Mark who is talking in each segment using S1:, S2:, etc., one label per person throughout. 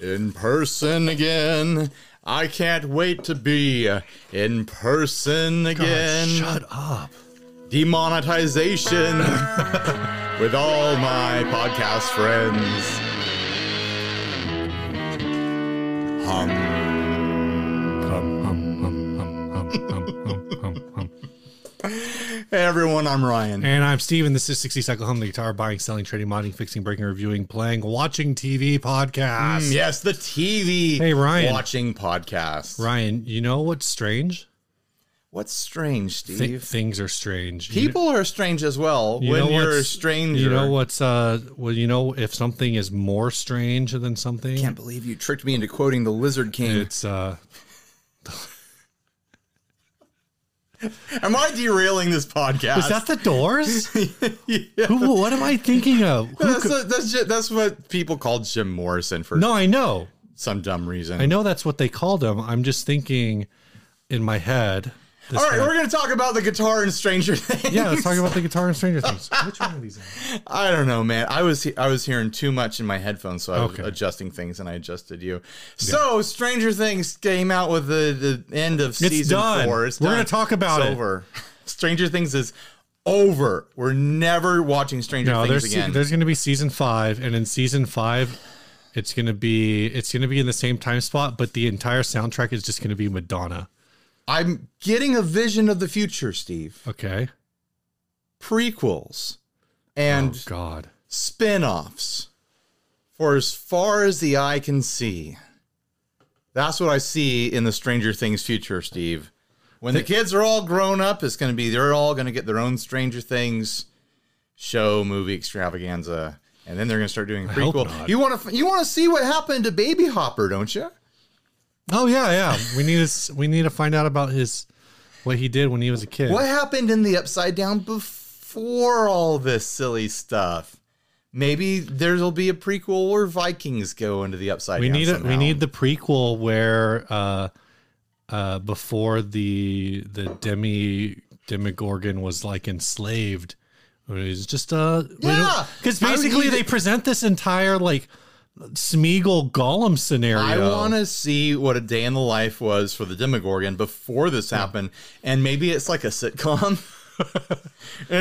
S1: in person again. I can't wait to be uh, in person again.
S2: Shut up.
S1: Demonetization with all my podcast friends. Hum.
S2: Hum, hum, hum, hum, hum, hum, hum, hum, hum.
S1: Hey everyone, I'm Ryan.
S2: And I'm Steven. This is 60 Cycle Hum, the guitar buying, selling, trading, modding, fixing, breaking, reviewing, playing, watching TV podcast.
S1: Yes, the TV
S2: Hey, Ryan.
S1: watching podcast.
S2: Ryan, you know what's strange?
S1: What's strange,
S2: Thi-
S1: Steve?
S2: things are strange. You-
S1: People are strange as well
S2: you
S1: when
S2: know
S1: you're a
S2: what's-
S1: stranger.
S2: You know what's uh well you know if something is more strange than something
S1: can't believe you tricked me into quoting the Lizard King.
S2: it's uh
S1: Am I derailing this podcast?
S2: Is that the doors? Who, what am I thinking of? Who
S1: that's,
S2: could-
S1: that's, ju- that's what people called Jim Morrison for
S2: no, I know.
S1: some dumb reason.
S2: I know that's what they called him. I'm just thinking in my head. this
S1: All right,
S2: guy-
S1: we're going to talk about the guitar and Stranger Things.
S2: yeah, let's talk about the guitar and Stranger Things. Which one of these? Is it?
S1: I don't know, man. I was he- I was hearing too much in my headphones, so I
S2: Okay.
S1: was adjusting things, and I adjusted you. So, Stranger Things came out with the, the end of season
S2: done.
S1: four. It's
S2: We're
S1: done.
S2: gonna talk about
S1: it's
S2: it.
S1: Over. Stranger Things is over. We're never watching Stranger
S2: No,
S1: Things
S2: there's
S1: again.
S2: there's going to be season five, and in season five, it's going to be it's going to be in the same time spot, but the entire soundtrack is just going to be Madonna.
S1: I'm getting a vision of the future, Steve.
S2: Okay.
S1: Prequels and
S2: oh God.
S1: spin offs for as far as the eye can see. That's what I see in the Stranger Things future, Steve. When the kids are all grown up, it's going to be they're all going to get their own Stranger Things show, movie extravaganza, and then they're going to start doing a
S2: hope
S1: prequel.
S2: not.
S1: You want to you want to see what happened to Baby Hopper, don't you?
S2: Oh yeah, yeah. We need to s- we need to find out about his what he did when he was a kid.
S1: What happened in the upside down before all this silly stuff? Maybe there'll be a prequel where Vikings go into the upside
S2: We
S1: down.
S2: need it.
S1: somehow.
S2: We need the prequel where uh, uh, before the the demi demigorgon was like enslaved. It was just uh,
S1: Yeah!
S2: because
S1: I would
S2: basically
S1: need
S2: they
S1: it-
S2: present this entire like Smeagol Gollum scenario.
S1: I want to see what a day in the life was for the Demogorgon before this happened, and maybe it's like a sitcom. and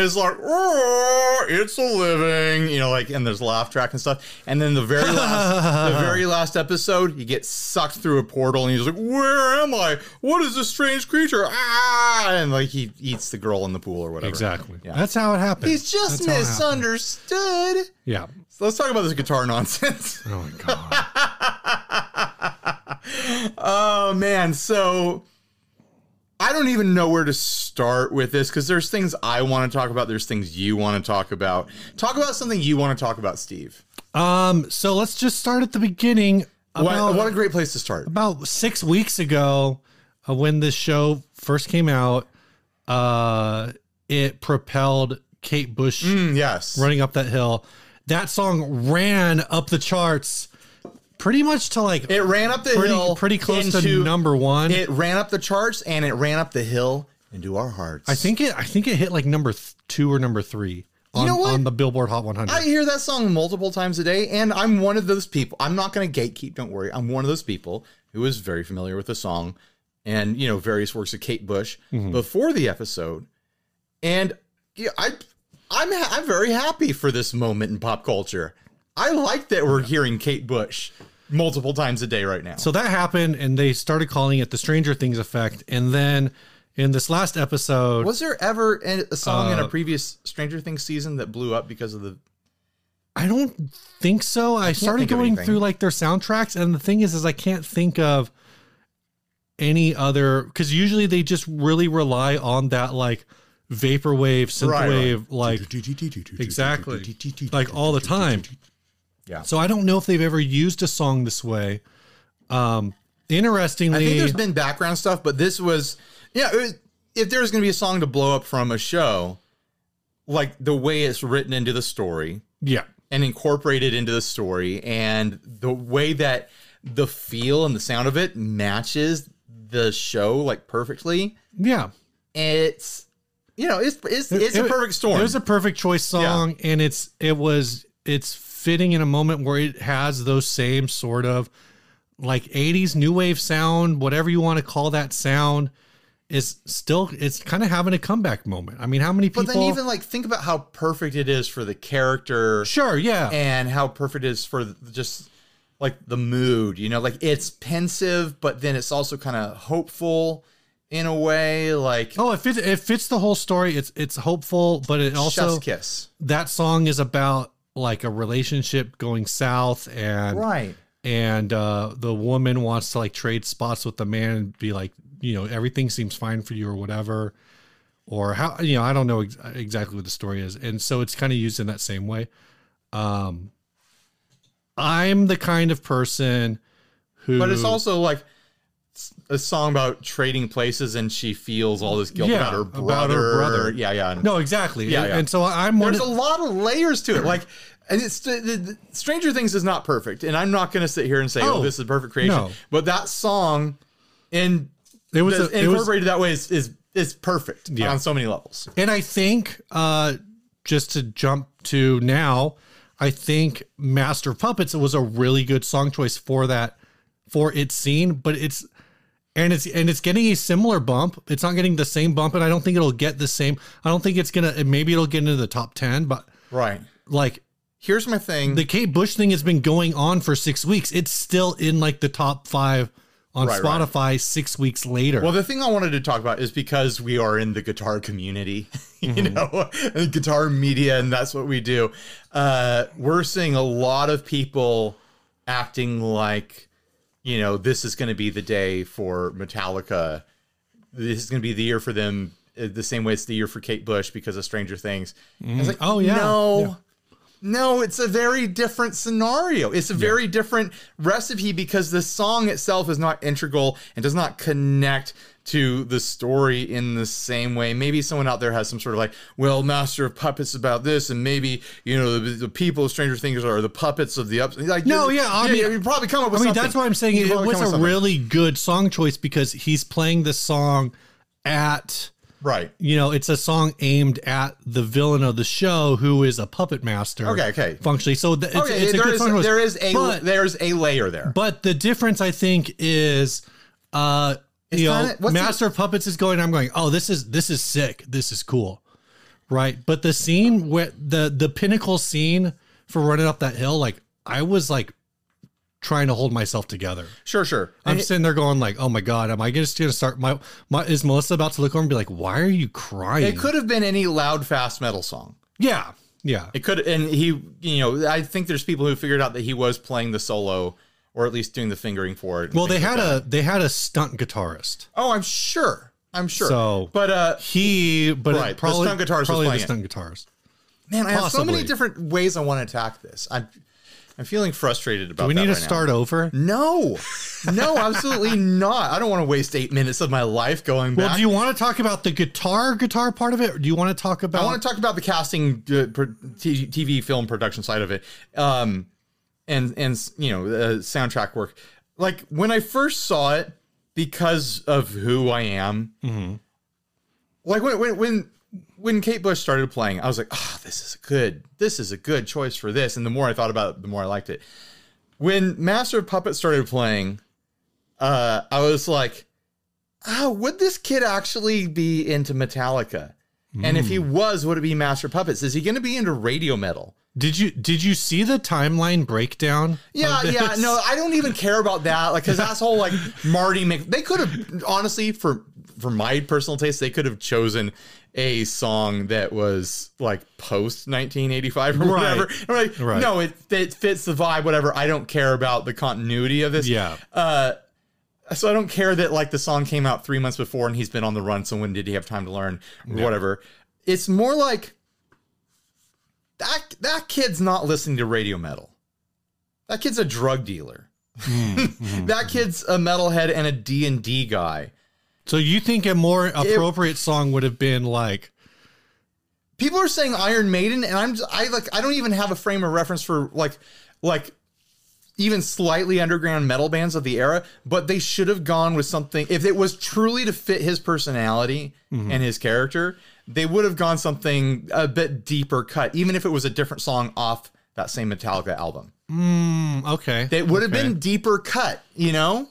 S1: it's like, "Oh, it's a living, you know, like, and there's laugh track and stuff. And then the very last, the very last episode, you get sucked through a portal, and he's like, "Where am I? What is this strange creature?" Ah, and like he eats the girl in the pool or whatever.
S2: exactly.
S1: Yeah.
S2: That's how it happened.
S1: He's just
S2: That's how it happened.
S1: misunderstood.
S2: Yeah.
S1: So let's talk about this guitar nonsense.
S2: Oh my god.
S1: Oh man, so I don't even know where to start with this because there's things I want to talk about. There's things you want to talk about. Talk about something you want to talk about, Steve.
S2: um. So let's just start at the beginning.
S1: What,
S2: about-
S1: what a great place to start.
S2: about six weeks ago uh, when this show first came out uh it propelled kate bush
S1: Mm, yes.
S2: running up that hill that song ran up the charts pretty much to like
S1: It ran up the
S2: pretty,
S1: hill.
S2: pretty close
S1: into-
S2: to number one
S1: It ran up the charts and it ran up the hill into our hearts.
S2: i think it i think it hit like number th- two or number three on,
S1: know what?
S2: on the billboard hot 100
S1: I hear that song multiple times a day, and I'm one of those people. I'm not going to gatekeep, don't worry. I'm one of those people who is very familiar with the song and, you know, various works of Kate Bush before the episode. And yeah, I I'm ha- I'm very happy for this moment in pop culture. I like that we're hearing Kate Bush multiple times a day right now.
S2: So that happened, and they started calling it the Stranger Things effect. And then in this last episode,
S1: was there ever a a song in a previous Stranger Things season that blew up because of the
S2: I don't think so. I, started
S1: think of
S2: going
S1: anything.
S2: through like their soundtracks, and the thing is, is I can't think of any other because usually they just really rely on that like vaporwave,
S1: Right,
S2: synthwave, like exactly, like all the time.
S1: Yeah.
S2: So I don't know if they've ever used a song this way. Um,
S1: I think
S2: interestingly,
S1: there's been background stuff, but this was yeah. It was, if there was going to be a song to blow up from a show, like the way it's written into the story
S2: yeah,
S1: and incorporated into the story, and the way that the feel and the sound of it matches the show like perfectly,
S2: yeah.
S1: it's you know it's it's it's a
S2: It-
S1: perfect storm.
S2: It was a perfect choice song, and it's it was it's fitting in a moment where it has those same sort of like 80s new wave sound, whatever you want to call that sound, is still it's kind of having a comeback moment. I mean, how many people
S1: But then even like think about how perfect it is for the character
S2: Sure, yeah.
S1: and how perfect it is for th- just like the mood, you know, like it's pensive, but then it's also kind of hopeful in a way, like
S2: oh, it fits it fits the whole story. It's it's hopeful, but it also
S1: chef's kiss.
S2: that song is about like a relationship going south and
S1: Right.
S2: and uh the woman wants to like trade spots with the man and be like you know everything seems fine for you or whatever or how you know i don't know ex- exactly what the story is and so it's kind of used in that same way um i'm the kind of person who
S1: But it's also like s- a song about trading places and she feels all this guilt
S2: Yeah,
S1: about her brother.
S2: about her brother.
S1: Yeah, yeah. and-
S2: no exactly
S1: Yeah,
S2: and,
S1: yeah.
S2: and so i'm one
S1: There's a
S2: of,
S1: lot of layers to it. Like, and it's the, the- Stranger Things is not perfect, and I'm not going to sit here and say, "Oh,
S2: Oh,
S1: this is perfect creation."
S2: no.
S1: But that song, in
S2: it was
S1: that's
S2: a, it was
S1: incorporated that way, is is is perfect
S2: Yeah.
S1: on so many levels.
S2: And I think, uh, just to jump to now, I think Master of Puppets was a really good song choice for that for its scene, but it's and it's and it's getting a similar bump. It's not getting the same bump, and I don't think it'll get the same. I don't think it's gonna. and Maybe it'll get into the top ten, but
S1: Right.
S2: like
S1: Here's my thing.
S2: the Kate Bush thing has been going on for six weeks. It's still in like the top five on
S1: Right, right.
S2: Spotify six weeks later.
S1: well, the thing I wanted to talk about is because we are in the guitar community, you know, and guitar media, and that's what we do. Uh, we're seeing a lot of people acting like, you know, this is going to be the day for Metallica. This is going to be the year for them, uh, the same way it's the year for Kate Bush because of Stranger Things. I was like,
S2: Oh, yeah.
S1: no.
S2: Yeah.
S1: No, it's a very different scenario. It's a very different recipe because the song itself is not integral and does not connect to the story in the same way. Maybe someone out there has some sort of like, well, Master of Puppets is about this, and maybe you know the, the people of Stranger Things are the puppets of the ups. Like,
S2: No, yeah, I mean-
S1: you probably come up
S2: I
S1: with.
S2: mean,
S1: something.
S2: that's why I'm saying
S1: You
S2: it
S1: probably come up with
S2: was a
S1: something.
S2: really good song choice because he's playing the song at,
S1: right.
S2: you know, it's a song aimed at the villain of the show who is a puppet master.
S1: Okay, okay.
S2: Functionally. So th- it's,
S1: Okay,
S2: Oh, it's a
S1: there
S2: good
S1: is-
S2: song choice.
S1: there is a
S2: But,
S1: there's a layer there.
S2: but the difference, I think, is, uh, you know,
S1: kinda- what's the-
S2: Master of Puppets is going. I'm going. Oh, this is this is sick. This is cool, right? But the scene where the the pinnacle scene for running up that hill, like I was like trying to hold myself together.
S1: sure, sure.
S2: I'm
S1: And-
S2: sitting there going like, "Oh my god, am I just gonna start my, my is Melissa about to look over and be like, why are you crying?"
S1: it could have been any loud fast metal song.
S2: yeah, yeah,
S1: It could, and he, you know, I think there's people who figured out that he was playing the solo, or at least doing the fingering for it.
S2: Well, they had a they had a stunt guitarist.
S1: Oh, I'm sure. I'm sure.
S2: So-
S1: but uh,
S2: He, but it
S1: Right, the
S2: probably
S1: stunt guitarist was
S2: probably the
S1: playing it.
S2: stunt guitarist.
S1: man, I have so many
S2: possibly.
S1: different ways I want to attack this. I'm, I'm feeling frustrated about.
S2: We
S1: that
S2: need to
S1: right now.
S2: start over.
S1: No, no, absolutely not. I don't want to waste eight minutes of my life going back.
S2: Well, do you want to talk about the guitar guitar part of it? Or do you want to talk about?
S1: I want to talk about the casting, uh, pro- t- TV film production side of it, um, and and you know uh, soundtrack work. Like when I first saw it, because of who I am, like when when when when Kate Bush started playing, I was like, oh, this is a good. This is a good choice for this. And the more I thought about it, the more I liked it. When Master of Puppets started playing, uh, I was like, oh, would this kid actually be into Metallica? And if he
S2: Mm.
S1: was, would it be Master of Puppets? Is he going to be into radio metal?
S2: did you did you see the timeline breakdown?
S1: Yeah,
S2: of
S1: yeah.
S2: this?
S1: No, I don't even care about that. Like, because that's whole like Marty Mc. They could have honestly, for for my personal taste, they could have chosen a song that was like post 1985 or whatever.
S2: Right.
S1: I'm like,
S2: Right.
S1: no, it it fits the vibe. Whatever. I don't care about the continuity of this. Uh,
S2: yeah.
S1: So I don't care that like the song came out three months before and he's been on the run. So when did he have time to learn or whatever? It's more like that that kid's not listening to radio metal. That kid's a drug dealer. that kid's a metalhead and a D and D guy.
S2: So you think a more appropriate song would have been like?
S1: People are saying Iron Maiden, and I'm just, I like I don't even have a frame of reference for like like even slightly underground metal bands of the era, but they should have gone with something. If it was truly to fit his personality and his character, they would have gone something a bit deeper cut, even if it was a different song off that same Metallica album.
S2: Mm, okay.
S1: It would have
S2: Okay.
S1: been deeper cut, you know?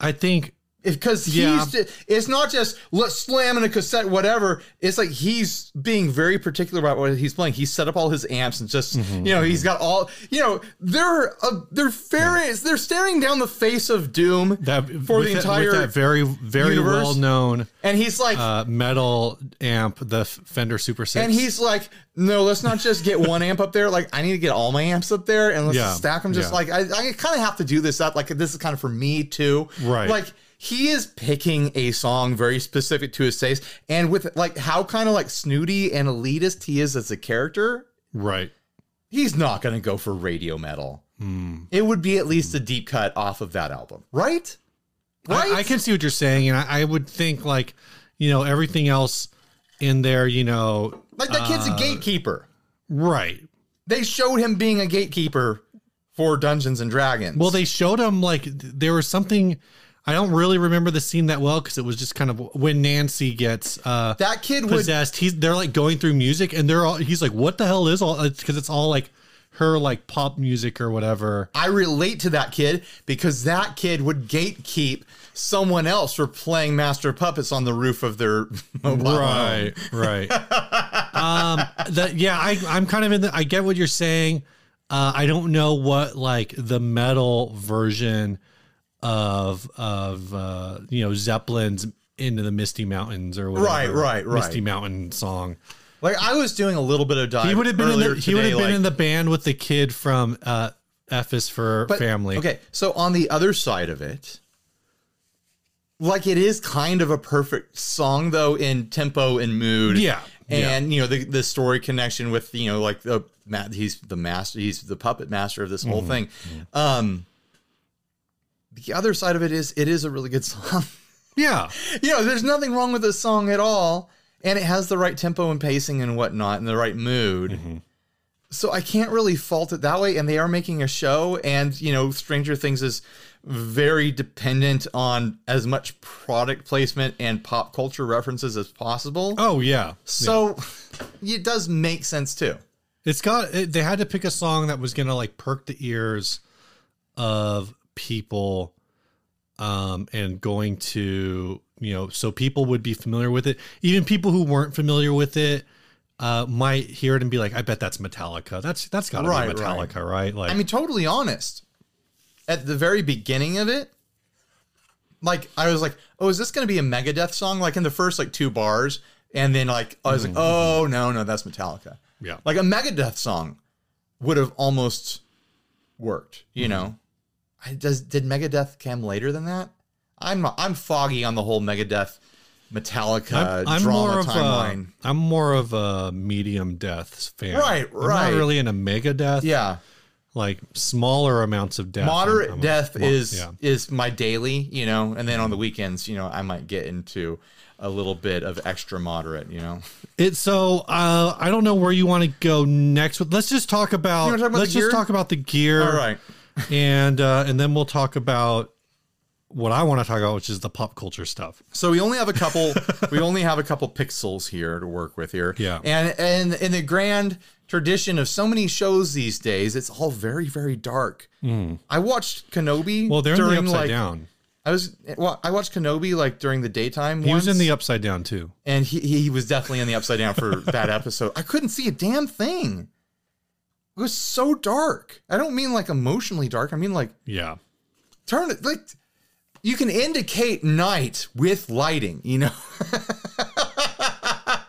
S2: I think
S1: Because he's,
S2: Yeah.
S1: it's not just let's slam in a cassette, whatever. It's like he's being very particular about what he's playing. He set up all his amps and just,
S2: Mm-hmm,
S1: you know, he's got all, you know, they're uh, they're fair, they're staring down the face of doom
S2: that
S1: for
S2: with
S1: the
S2: that- with
S1: entire,
S2: that very very
S1: universe.
S2: well known
S1: and he's like,
S2: uh, metal amp, the F- Fender Super Six.
S1: and he's like, no, let's not just get one amp up there. Like, I need to get all my amps up there and let's
S2: Yeah,
S1: stack them. Just
S2: yeah.
S1: like, I, I kind of have to do this up. Like, this is kind of for me too.
S2: Right.
S1: Like, he is picking a song very specific to his taste. And with like how kind of like snooty and elitist he is as a character,
S2: right.
S1: he's not going to go for radio metal.
S2: Hmm.
S1: It would be at least a deep cut off of that album, right? Right?
S2: I, I can see what you're saying, and I, I would think like, you know, everything else in there, you know,
S1: like, that kid's
S2: Uh.
S1: a gatekeeper.
S2: right.
S1: They showed him being a gatekeeper for Dungeons and Dragons.
S2: Well, they showed him like th- there was something. I don't really remember the scene that well because it was just kind of when Nancy gets uh
S1: that kid would
S2: possessed. He's they're like going through music and they're all he's like, what the hell is all? Because it's all like her like pop music or whatever.
S1: I relate to that kid because that kid would gatekeep someone else for playing Master of Puppets on the roof of their mobile. home.
S2: right. um, that yeah, I I'm kind of in the. I get what you're saying. Uh, I don't know what like the metal version of of uh, you know Zeppelin's into the Misty Mountains or whatever.
S1: Right, right, right.
S2: Misty Mountain song.
S1: Like I was doing a little bit of dive.
S2: He would have been in the,
S1: earlier
S2: he would have
S1: today,
S2: been in
S1: like-
S2: the band with the kid from uh, F is for
S1: but-
S2: Family.
S1: Okay, so on the other side of it, like it is kind of a perfect song though in tempo and mood.
S2: Yeah, yeah.
S1: and you know the the story connection with you know like the ma- he's the master he's the puppet master of this whole
S2: Mm-hmm.
S1: thing. Um, the other side of it is it is a really good song.
S2: Yeah.
S1: you know, there's nothing wrong with this song at all, and it has the right tempo and pacing and whatnot, and the right mood. So I can't really fault it that way. And they are making a show, and you know, Stranger Things is very dependent on as much product placement and pop culture references as possible.
S2: Oh yeah.
S1: So it does make sense too.
S2: It's got it, they had to pick a song that was going to like perk the ears of people um and going to you know so people would be familiar with it even people who weren't familiar with it uh might hear it and be like I bet that's Metallica that's that's got to
S1: Right,
S2: be
S1: right.
S2: Metallica right, like
S1: I mean, totally honest. At the very beginning of it, like I was like, "Oh, is this going to be a Megadeth song?" Like in the first like two bars, and then like I was like,
S2: Mm-hmm.
S1: "Oh no, no, that's Metallica."
S2: yeah
S1: Like a Megadeth song would have almost worked,
S2: Mm-hmm.
S1: you know. I does did Megadeth come later than that? I'm I'm foggy on the whole Megadeth Metallica
S2: I'm, I'm
S1: drama
S2: more of
S1: timeline.
S2: a I'm more of a medium death fan
S1: Right,
S2: I'm
S1: right.
S2: not really in a mega death
S1: yeah.
S2: like smaller amounts of death I'm-
S1: moderate
S2: I'm a-
S1: death
S2: well,
S1: is
S2: yeah.
S1: is my daily you know and then on the weekends you know i might get into a little bit of extra moderate you know
S2: It's so uh, I don't know where you want to go next. With let's just talk about,
S1: You wanna talk about
S2: let's
S1: the
S2: just
S1: gear?
S2: talk about the gear,
S1: all right
S2: and uh, and then we'll talk about what I want to talk about, which is the pop culture stuff.
S1: so we only have a couple we only have a couple pixels here to work with here
S2: Yeah.
S1: and and in the grand tradition of so many shows these days it's all very very dark i watched kenobi
S2: Hmm. Well, they're in the
S1: during
S2: upside
S1: like
S2: down.
S1: i was well i watched kenobi like during the daytime
S2: He was in the upside down too.
S1: and he, he was definitely in the upside down for that episode. I couldn't see a damn thing. It was so dark. I don't mean like emotionally dark. I mean like
S2: Yeah,
S1: turn it like you can indicate night with lighting, you know.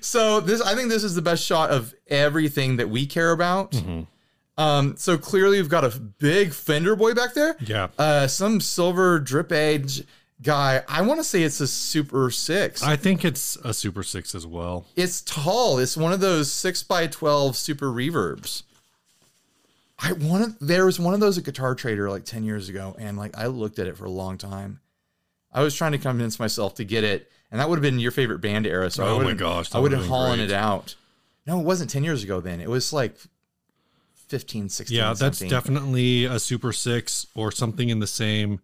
S1: so this I think this is the best shot of everything that we care about.
S2: Mm-hmm.
S1: Um, so clearly we've got a big fender boy back there.
S2: yeah.
S1: Uh, some silver drip edge guy. I want to say it's a super six.
S2: I think it's a Super Six as well.
S1: It's tall. It's one of those six by twelve super reverbs. I wanted there was one of those at Guitar Trader like ten years ago, and like I looked at it for a long time. I was trying to convince myself to get it, and that would have been your favorite band era. So I
S2: Oh my
S1: would've-
S2: gosh, that
S1: I would have
S2: would've been
S1: hauling
S2: great.
S1: it out. No, it wasn't ten years ago. Then it was like 15, 16.
S2: Yeah, that's
S1: something.
S2: definitely a Super Six or something in the same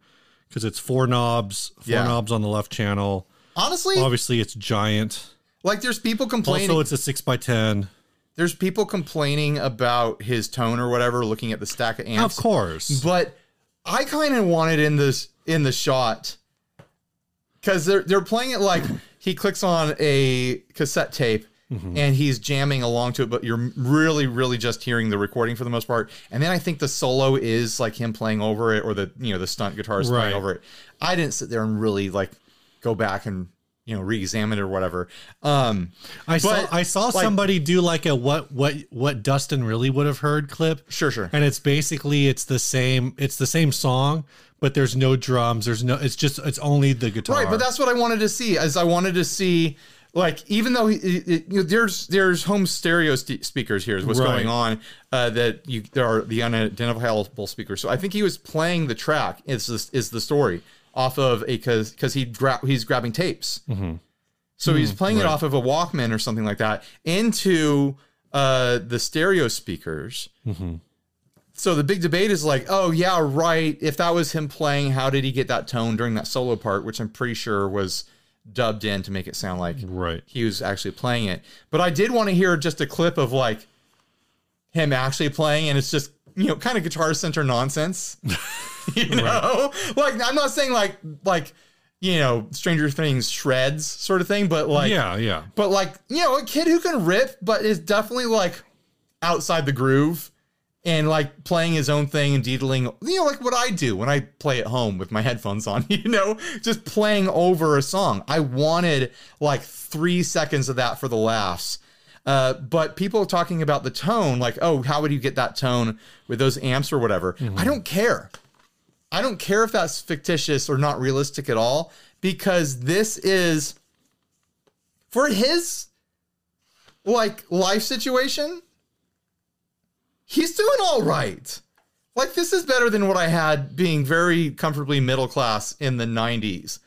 S2: because it's four knobs, four
S1: Yeah.
S2: knobs on the left channel.
S1: honestly
S2: Obviously, it's giant.
S1: like. There's people complaining.
S2: Also, it's a six by ten.
S1: there's people complaining about his tone or whatever, looking at the stack of
S2: Of
S1: amps.
S2: course.
S1: But I kind of wanted in this in the shot because they're they're playing it like he clicks on a cassette tape. And he's jamming along to it, but you're really, really just hearing the recording for the most part. And then I think the solo is like him playing over it, or the you know the stunt guitarist
S2: Right.
S1: playing over it. I didn't sit there and really like go back and you know re-examine it or whatever. Um,
S2: I saw
S1: but,
S2: I saw
S1: like-
S2: somebody do like a what what what Dustin really would have heard clip.
S1: sure, sure.
S2: and it's basically it's the same it's the same song but there's no drums there's no it's just it's only the guitar
S1: Right, but that's what I wanted to see. As I wanted to see, like, even though he, it- it- you know, there's there's home stereo st- speakers here is what's
S2: Right.
S1: going on. Uh, that you there are the unidentifiable speakers. So I think he was playing the track. Is this is the story off of a because because he gra- he's grabbing tapes. So he's playing it off of a Walkman or something like that into uh, the stereo speakers. So the big debate is like, oh yeah, right. If that was him playing, how did he get that tone during that solo part, which I'm pretty sure was dubbed in to make it sound like
S2: right
S1: he was actually playing it. But I did want to hear just a clip of like him actually playing, and it's just you know kind of guitar center nonsense. you know, like I'm not saying like like you know Stranger Things shreds sort of thing, but like
S2: yeah yeah
S1: but like you know a kid who can rip, but is definitely like outside the groove. And like playing his own thing and deedling, you know, like what I do when I play at home with my headphones on, you know, just playing over a song. I wanted like three seconds of that for the laughs. Uh, but people talking about the tone, like, oh, how would you get that tone with those amps or whatever? I don't care. I don't care if that's fictitious or not realistic at all, because this is for his like life situation. He's doing all right. Like this is better than what I had being very comfortably middle class in the 90s.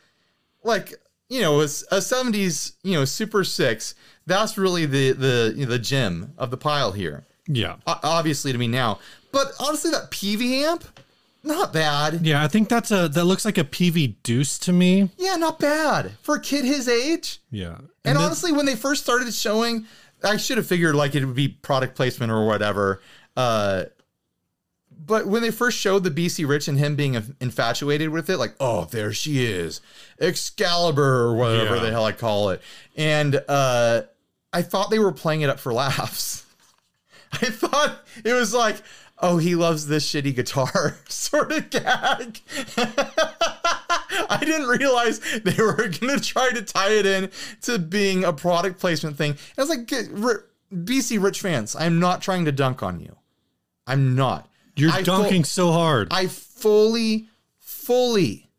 S1: Like, you know, it's a 70s, you know, super 6. That's really the the you know, the gem of the pile here.
S2: yeah
S1: O- obviously to me now. But honestly that PV amp not bad.
S2: yeah i think that's a that looks like a pv deuce to me
S1: Yeah, not bad for a kid his age.
S2: yeah
S1: And,
S2: then-
S1: honestly, when they first started showing, I should have figured like it would be product placement or whatever. Uh, but when they first showed the BC Rich and him being infatuated with it, like, oh, there she is, Excalibur or whatever
S2: Yeah.
S1: the hell I call it, and uh, I thought they were playing it up for laughs. I thought it was like, oh, he loves this shitty guitar sort of gag. I didn't realize they were going to try to tie it in to being a product placement thing. And I was like, "Get- ri- BC Rich fans, I'm not trying to dunk on you. I'm not.
S2: you're
S1: I feel-
S2: dunking so hard
S1: I fully, fully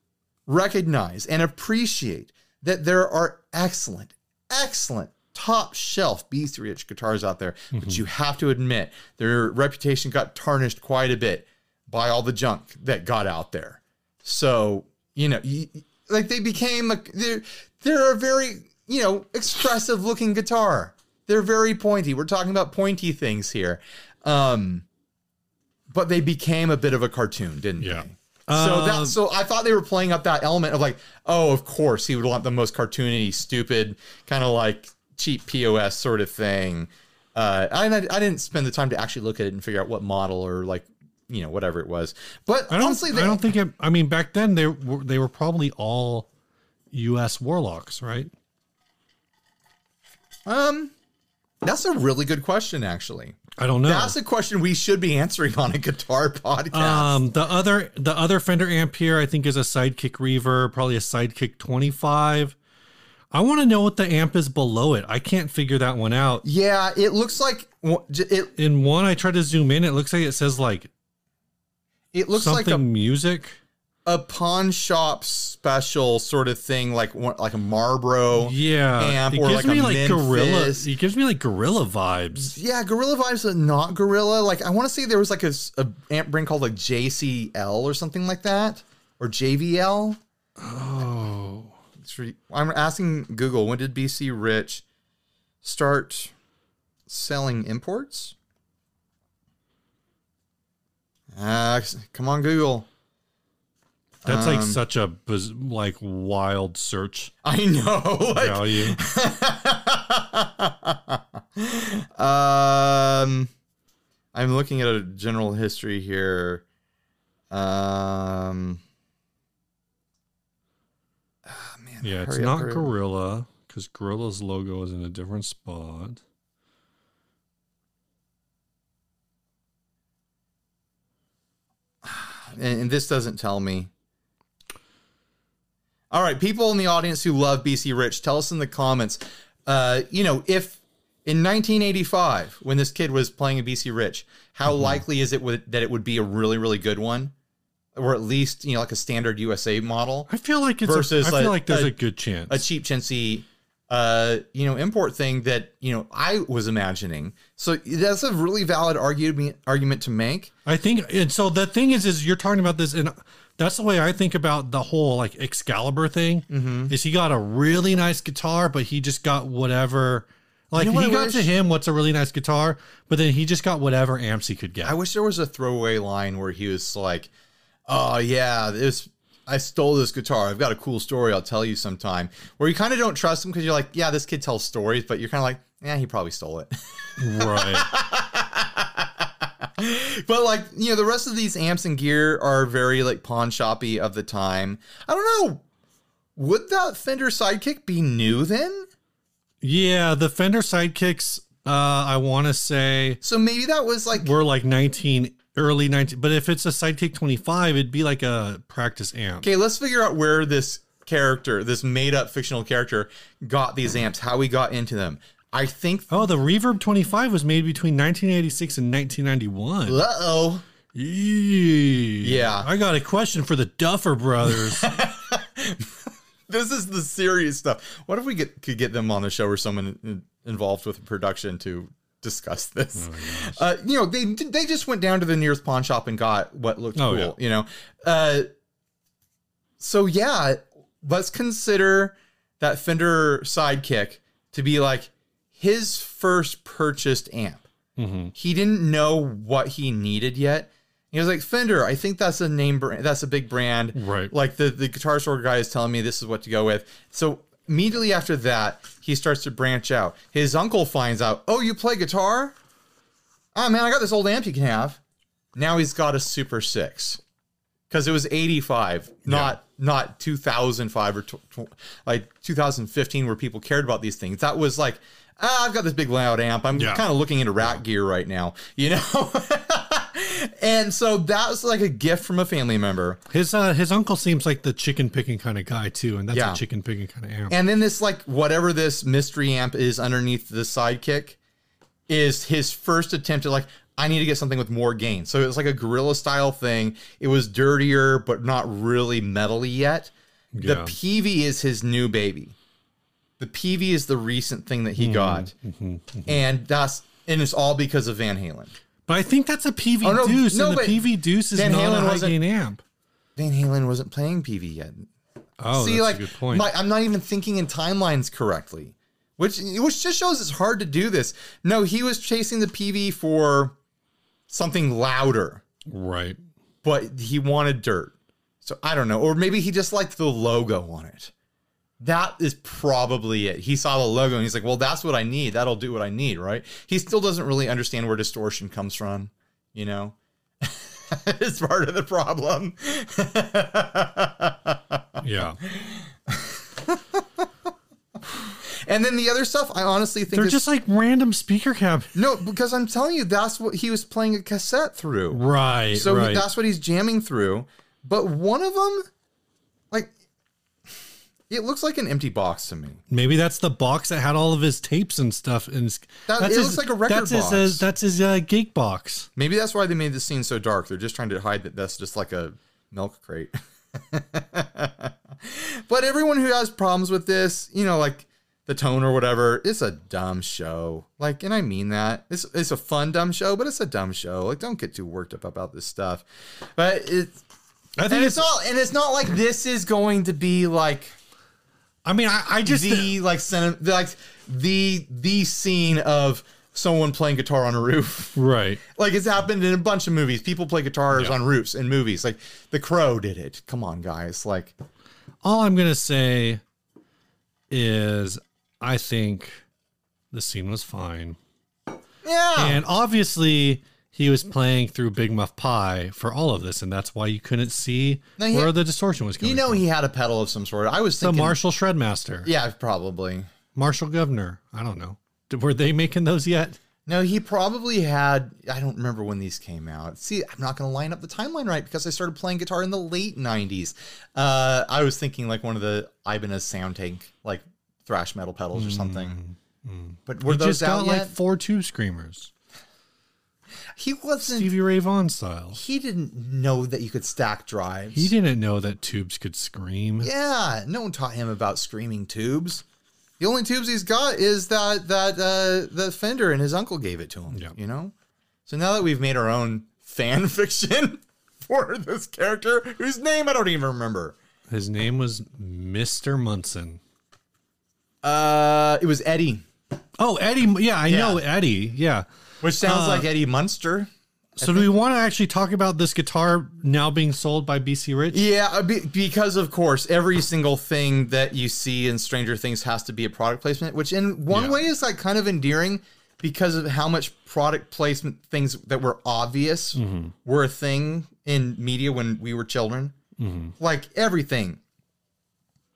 S1: recognize and appreciate that there are excellent, excellent top shelf B3 Rich guitars out there, but you have to admit their reputation got tarnished quite a bit by all the junk that got out there. So, you know, y- y- like they became a, they're, they're a very, you know, expressive looking guitar. They're very pointy. We're talking about pointy things here. Um, but they became a bit of a cartoon, didn't
S2: Yeah.
S1: they? So
S2: Um,
S1: that so I thought they were playing up that element of like, oh, of course he would want the most cartoony, stupid, kind of like cheap POS sort of thing. Uh, and I, I didn't spend the time to actually look at it and figure out what model or like you know whatever it was. But
S2: I don't,
S1: honestly, they,
S2: I don't think it i mean back then they were they were probably all us warlocks right
S1: um, that's a really good question. Actually,
S2: i don't know
S1: that's a question we should be answering on a guitar podcast.
S2: Um, the other the other Fender amp here, I think, is a Sidekick Reverb, probably a Sidekick twenty five. I want to know what the amp is below it. I can't figure that one out.
S1: yeah, it looks like it.
S2: In one, I try to zoom in. It looks like it says like
S1: It looks like
S2: something
S1: a
S2: music.
S1: a pawn shop special sort of thing, like one- like a Marlboro.
S2: Yeah,
S1: amp
S2: it
S1: or
S2: gives
S1: like
S2: me
S1: a
S2: like gorilla.
S1: Memphis.
S2: It gives me like gorilla vibes.
S1: Yeah, Gorilla Vibes, but not Gorilla. Like I want to say there was like a, s- a amp brand called like JCL or something like that, or JVL.
S2: Oh,
S1: It's re- I'm asking Google when did BC Rich start selling imports? Uh, come on, Google.
S2: that's like
S1: Um,
S2: such a biz- like wild search
S1: I know. Like,
S2: value.
S1: Um, I'm looking at a general history here. Um, ah, man,
S2: Yeah, it's
S1: hurry up,
S2: not
S1: hurry up.
S2: Gorilla because Gorilla's logo is in a different spot.
S1: and, and this doesn't tell me. All right, people in the audience who love BC Rich, tell us in the comments. Uh, you know, if in 1985, when this kid was playing a BC Rich, how likely is it would, that it would be a really, really good one, or at least you know like a standard USA model,
S2: I feel like it's
S1: Versus
S2: a, I feel
S1: a-
S2: like there's
S1: a-
S2: a, good chance.
S1: a cheap chintzy, uh, you know, import thing that you know I was imagining. So that's a really valid argument argument to make.
S2: I think, and so the thing is, is you're talking about this, and that's the way I think about the whole like Excalibur thing.
S1: Mm-hmm.
S2: Is he got a really nice guitar, but he just got whatever. Like
S1: know what
S2: he
S1: I
S2: got to
S1: wish?
S2: him what's a really nice guitar, but then he just got whatever amps he could get.
S1: I wish there was a throwaway line where he was like, "Oh yeah, this I stole this guitar. I've got a cool story. I'll tell you sometime." Where you kind of don't trust him because you're like, "Yeah, this kid tells stories," but you're kind of like, "Yeah, he probably stole it."
S2: right.
S1: but like, you know, the rest of these amps and gear are very like pawn shoppy of the time. I don't know. Would that Fender Sidekick be new then?
S2: Yeah, the Fender sidekicks. Uh, I want to say
S1: So maybe that was like
S2: were like 19, early 19. But if it's a sidekick 25, it'd be like a practice amp.
S1: Okay, let's figure out where this character, this made up fictional character, got these amps, how he got into them. I think
S2: Oh, the Reverb 25 was made between 1986 and 1991.
S1: Uh oh.
S2: Yeah.
S1: Yeah.
S2: I got a question for the Duffer Brothers.
S1: This is the serious stuff. What if we get, could get them on the show or someone in, involved with production to discuss this? uh, you know, they they just went down to the nearest pawn shop and got what looked
S2: Oh,
S1: cool. You know, uh, so yeah, let's consider that Fender Sidekick to be like his first purchased amp.
S2: Mhm.
S1: He didn't know what he needed yet. He was like Fender. I think that's a name brand. That's a big brand.
S2: Right.
S1: Like the the guitar store guy is telling me this is what to go with. So immediately after that, he starts to branch out. His uncle finds out. Oh, you play guitar? Ah man, I got this old amp you can have. Now he's got a Super Six because it was eighty five, not not two thousand five or tw- tw- like two thousand fifteen, where people cared about these things. That was like. Ah, I've got this big loud amp. I'm
S2: Yeah.
S1: kind of looking into rat gear right now, you know? and so that was like a gift from a family member.
S2: his uh, his uncle seems like the chicken picking kind of guy too, and that's
S1: Yeah.
S2: a chicken picking kind of amp.
S1: And then this like whatever this mystery amp is underneath the sidekick is his first attempt at like I need to get something with more gain. So it was like a gorilla style thing. It was dirtier but not really metally yet. The
S2: Yeah.
S1: PV is his new baby. The PV is the recent thing that he got. And that's and it's all because of Van Halen.
S2: but I think that's a PV
S1: Oh, no,
S2: Deuce,
S1: no,
S2: and the
S1: but
S2: PV Deuce is
S1: Van
S2: not
S1: Halen
S2: a high
S1: wasn't-
S2: gain amp.
S1: Van Halen wasn't playing PV yet.
S2: Oh,
S1: See,
S2: that's
S1: like,
S2: a good point.
S1: my- I'm not even thinking in timelines correctly, which which just shows it's hard to do this. No, he was chasing the PV for something louder,
S2: right.
S1: but he wanted dirt. So I don't know, or maybe he just liked the logo on it. That is probably it. He saw the logo and he's like, "Well, that's what I need. That'll do what I need." Right? He still doesn't really understand where distortion comes from. You know, it's part of the problem.
S2: Yeah.
S1: And then the other stuff, I honestly think
S2: They're
S1: is-
S2: just like random speaker cab.
S1: No, because I'm telling you, that's what he was playing a cassette through.
S2: Right.
S1: So
S2: right.
S1: that's what he's jamming through. But one of them, like, it looks like an empty box to me.
S2: Maybe that's the box that had all of his tapes and stuff. And it's-
S1: That-
S2: that's
S1: it looks like a record
S2: that's
S1: box.
S2: His, uh, that's his uh, gig box.
S1: Maybe that's why they made the scene so dark. They're just trying to hide that that's just like a milk crate. but everyone who has problems with this, you know, like the tone or whatever, it's a dumb show. Like, and I mean that. It's it's a fun dumb show, but it's a dumb show. Like, don't get too worked up about this stuff. But it's
S2: I think
S1: and it's
S2: it's.
S1: not and it's not like this is going to be like
S2: I mean, I, I just
S1: the like center like the the scene of someone playing guitar on a roof.
S2: right.
S1: Like it's happened in a bunch of movies. People play guitars on roofs in movies. Like The Crow did it. Come on, guys. Like
S2: all I'm gonna say is I think the scene was fine.
S1: Yeah.
S2: And obviously, he was playing through Big Muff Pie for all of this, and that's why you couldn't see
S1: Now, he-
S2: where the distortion was coming.
S1: you know
S2: from.
S1: he had a pedal of some sort. I was
S2: the
S1: thinking
S2: Marshall Shredmaster,
S1: Yeah, probably.
S2: Marshall Governor. I don't know. Did- Were they making those yet?
S1: No, he probably had I don't remember when these came out. See, I'm not gonna line up the timeline right because I started playing guitar in the late nineties. Uh I was thinking like one of the Ibanez sound tank, like thrash metal pedals or something. But were
S2: We
S1: those
S2: Mm, just
S1: out
S2: got
S1: yet?
S2: like four tube screamers,
S1: he wasn't
S2: Stevie Ray Vaughan style.
S1: he didn't know that you could stack drives.
S2: He didn't know that tubes could scream.
S1: Yeah, no one taught him about screaming tubes. The only tubes he's got is that that uh, the Fender and his uncle gave it to him.
S2: Yeah.
S1: You know. So now that we've made our own fan fiction for this character, whose name I don't even remember.
S2: His name was Mr. Munson.
S1: Uh, it was Eddie,
S2: Oh, Eddie. Yeah, I know Eddie. Yeah.
S1: which sounds
S2: Uh,
S1: like Eddie Munster.
S2: So, do we want to actually talk about this guitar now being sold by BC Rich?
S1: Yeah, uh, be- because of course every single thing that you see in Stranger Things has to be a product placement, which in one
S2: Yeah.
S1: way is like kind of endearing because of how much product placement things that were obvious were a thing in media when we were children. Like everything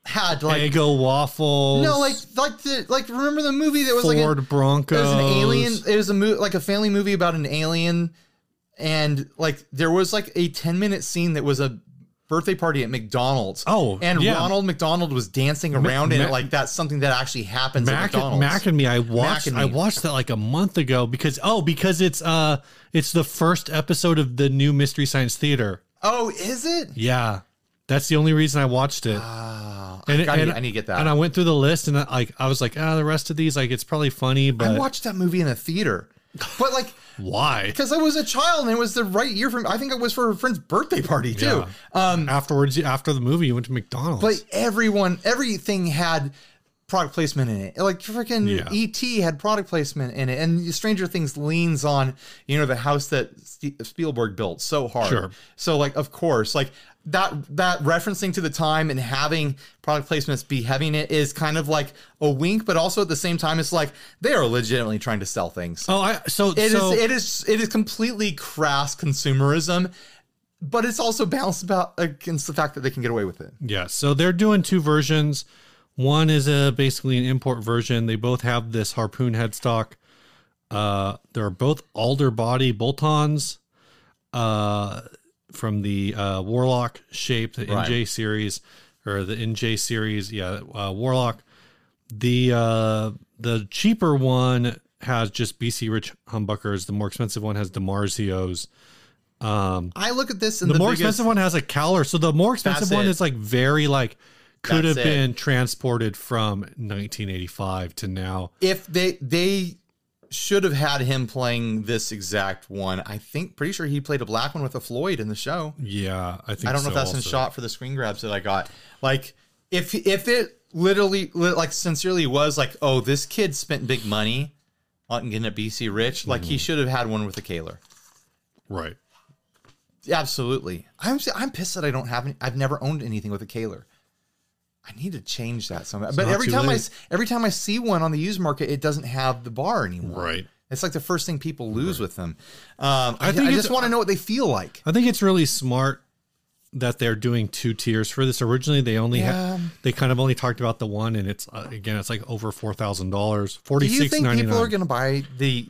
S1: had like
S2: Eggo waffles.
S1: no like like the like remember the movie that was like a-
S2: Ford Bronco.
S1: it was an alien. It was a mo- like a family movie about an alien, and like there was like a ten minute scene that was a birthday party at McDonald's.
S2: Oh,
S1: and
S2: yeah.
S1: Ronald McDonald was dancing around in
S2: Ma-
S1: it like that's something that actually happens at
S2: Mac,
S1: McDonald's.
S2: Mac and me. I watched.
S1: and
S2: I
S1: me.
S2: watched that like a month ago because oh because it's uh it's the first episode of the new Mystery Science Theater.
S1: oh, is it?
S2: Yeah, that's the only reason I watched it. and,
S1: I, need, I need to get that.
S2: And I went through the list and I, like I was like ah the rest of these like it's probably funny
S1: I
S2: but
S1: watched that movie in a theater, but like.
S2: why
S1: Because I was a child and it was the right year for, I think it was for a friend's birthday party too. Uh,
S2: Yeah. afterwards after the movie you went to McDonald's.
S1: But everyone, everything had product placement in it. Like freaking
S2: Yeah.
S1: ET had product placement in it, and Stranger Things leans on you know the house that Ste- Spielberg built so hard.
S2: Sure.
S1: So like, of course, like that that referencing to the time and having product placements be having it is kind of like a wink, but also at the same time, it's like they are legitimately trying to sell things.
S2: oh I so
S1: It is
S2: so
S1: it is it is completely crass consumerism. But it's also balanced about against the fact that they can get away with it.
S2: Yeah, so they're doing two versions. One is a basically an import version. They both have this harpoon headstock. Uh, they're both alder body bolt-ons uh, from the uh, Warlock shape, the
S1: Right.
S2: NJ series or the NJ series. Yeah, uh, Warlock. The uh, the cheaper one has just BC Rich humbuckers. The more expensive one has Demarzios. Um,
S1: I look at this and
S2: the,
S1: the,
S2: more
S1: biggest,
S2: expensive one has a cowler. So the more expensive
S1: That's
S2: one
S1: it.
S2: is like very like could
S1: That's
S2: have
S1: it.
S2: been transported from 1985 to now.
S1: If they they should have had him playing this exact one. I think pretty sure he played a black one with a Floyd in the show.
S2: Yeah, I think
S1: I don't know
S2: so
S1: if that's in
S2: also.
S1: shot for the screen grabs that I got. Like if if it literally li- like sincerely was like, oh, this kid spent big money on getting a BC Rich, like
S2: Mm-hmm.
S1: he should have had one with a Kaler.
S2: Right.
S1: Absolutely. I'm s- I'm pissed that I don't have any, I've never owned anything with a Kaler. I need to change that somehow. But
S2: not
S1: every
S2: too
S1: time I
S2: late.
S1: s- every time I see one on the used market, it doesn't have the bar anymore.
S2: Right.
S1: It's like the first thing people lose with them. Um, I,
S2: I think
S1: I
S2: it's-
S1: just want to know what they feel like.
S2: I think it's really smart that they're doing two tiers for this. Originally, they only
S1: Yeah.
S2: had they kind of only talked about the one, and it's uh, again, it's like over four thousand dollars,
S1: Do
S2: forty
S1: you
S2: six
S1: think
S2: ninety
S1: people are
S2: nine.
S1: going to buy the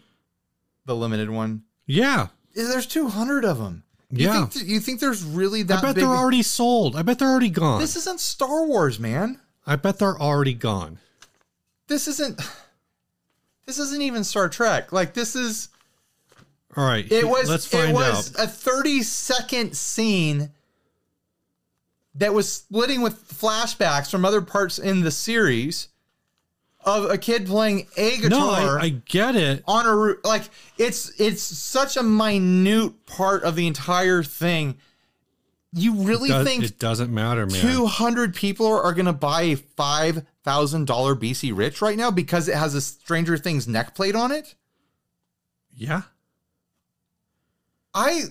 S1: the limited one? Eh,
S2: Yeah,
S1: There's 200 of them. You
S2: Yeah.
S1: Think th- you think there's really that
S2: I bet
S1: big?
S2: they're already sold. I bet they're already gone.
S1: this isn't Star Wars, man.
S2: I bet they're already gone.
S1: This isn't. This isn't even Star Trek. Like this is.
S2: All right,
S1: It was
S2: Let's find
S1: it was
S2: out.
S1: a 30 second scene that was splitting with flashbacks from other parts in the series of a kid playing a guitar
S2: No, I, I get it.
S1: on a roo- like it's it's such a minute part of the entire thing. You really
S2: Does-
S1: think
S2: it doesn't matter, man.
S1: 200 people are, are going to buy a $5,000 BC Rich right now because it has a Stranger Things neck plate on it?
S2: Yeah.
S1: I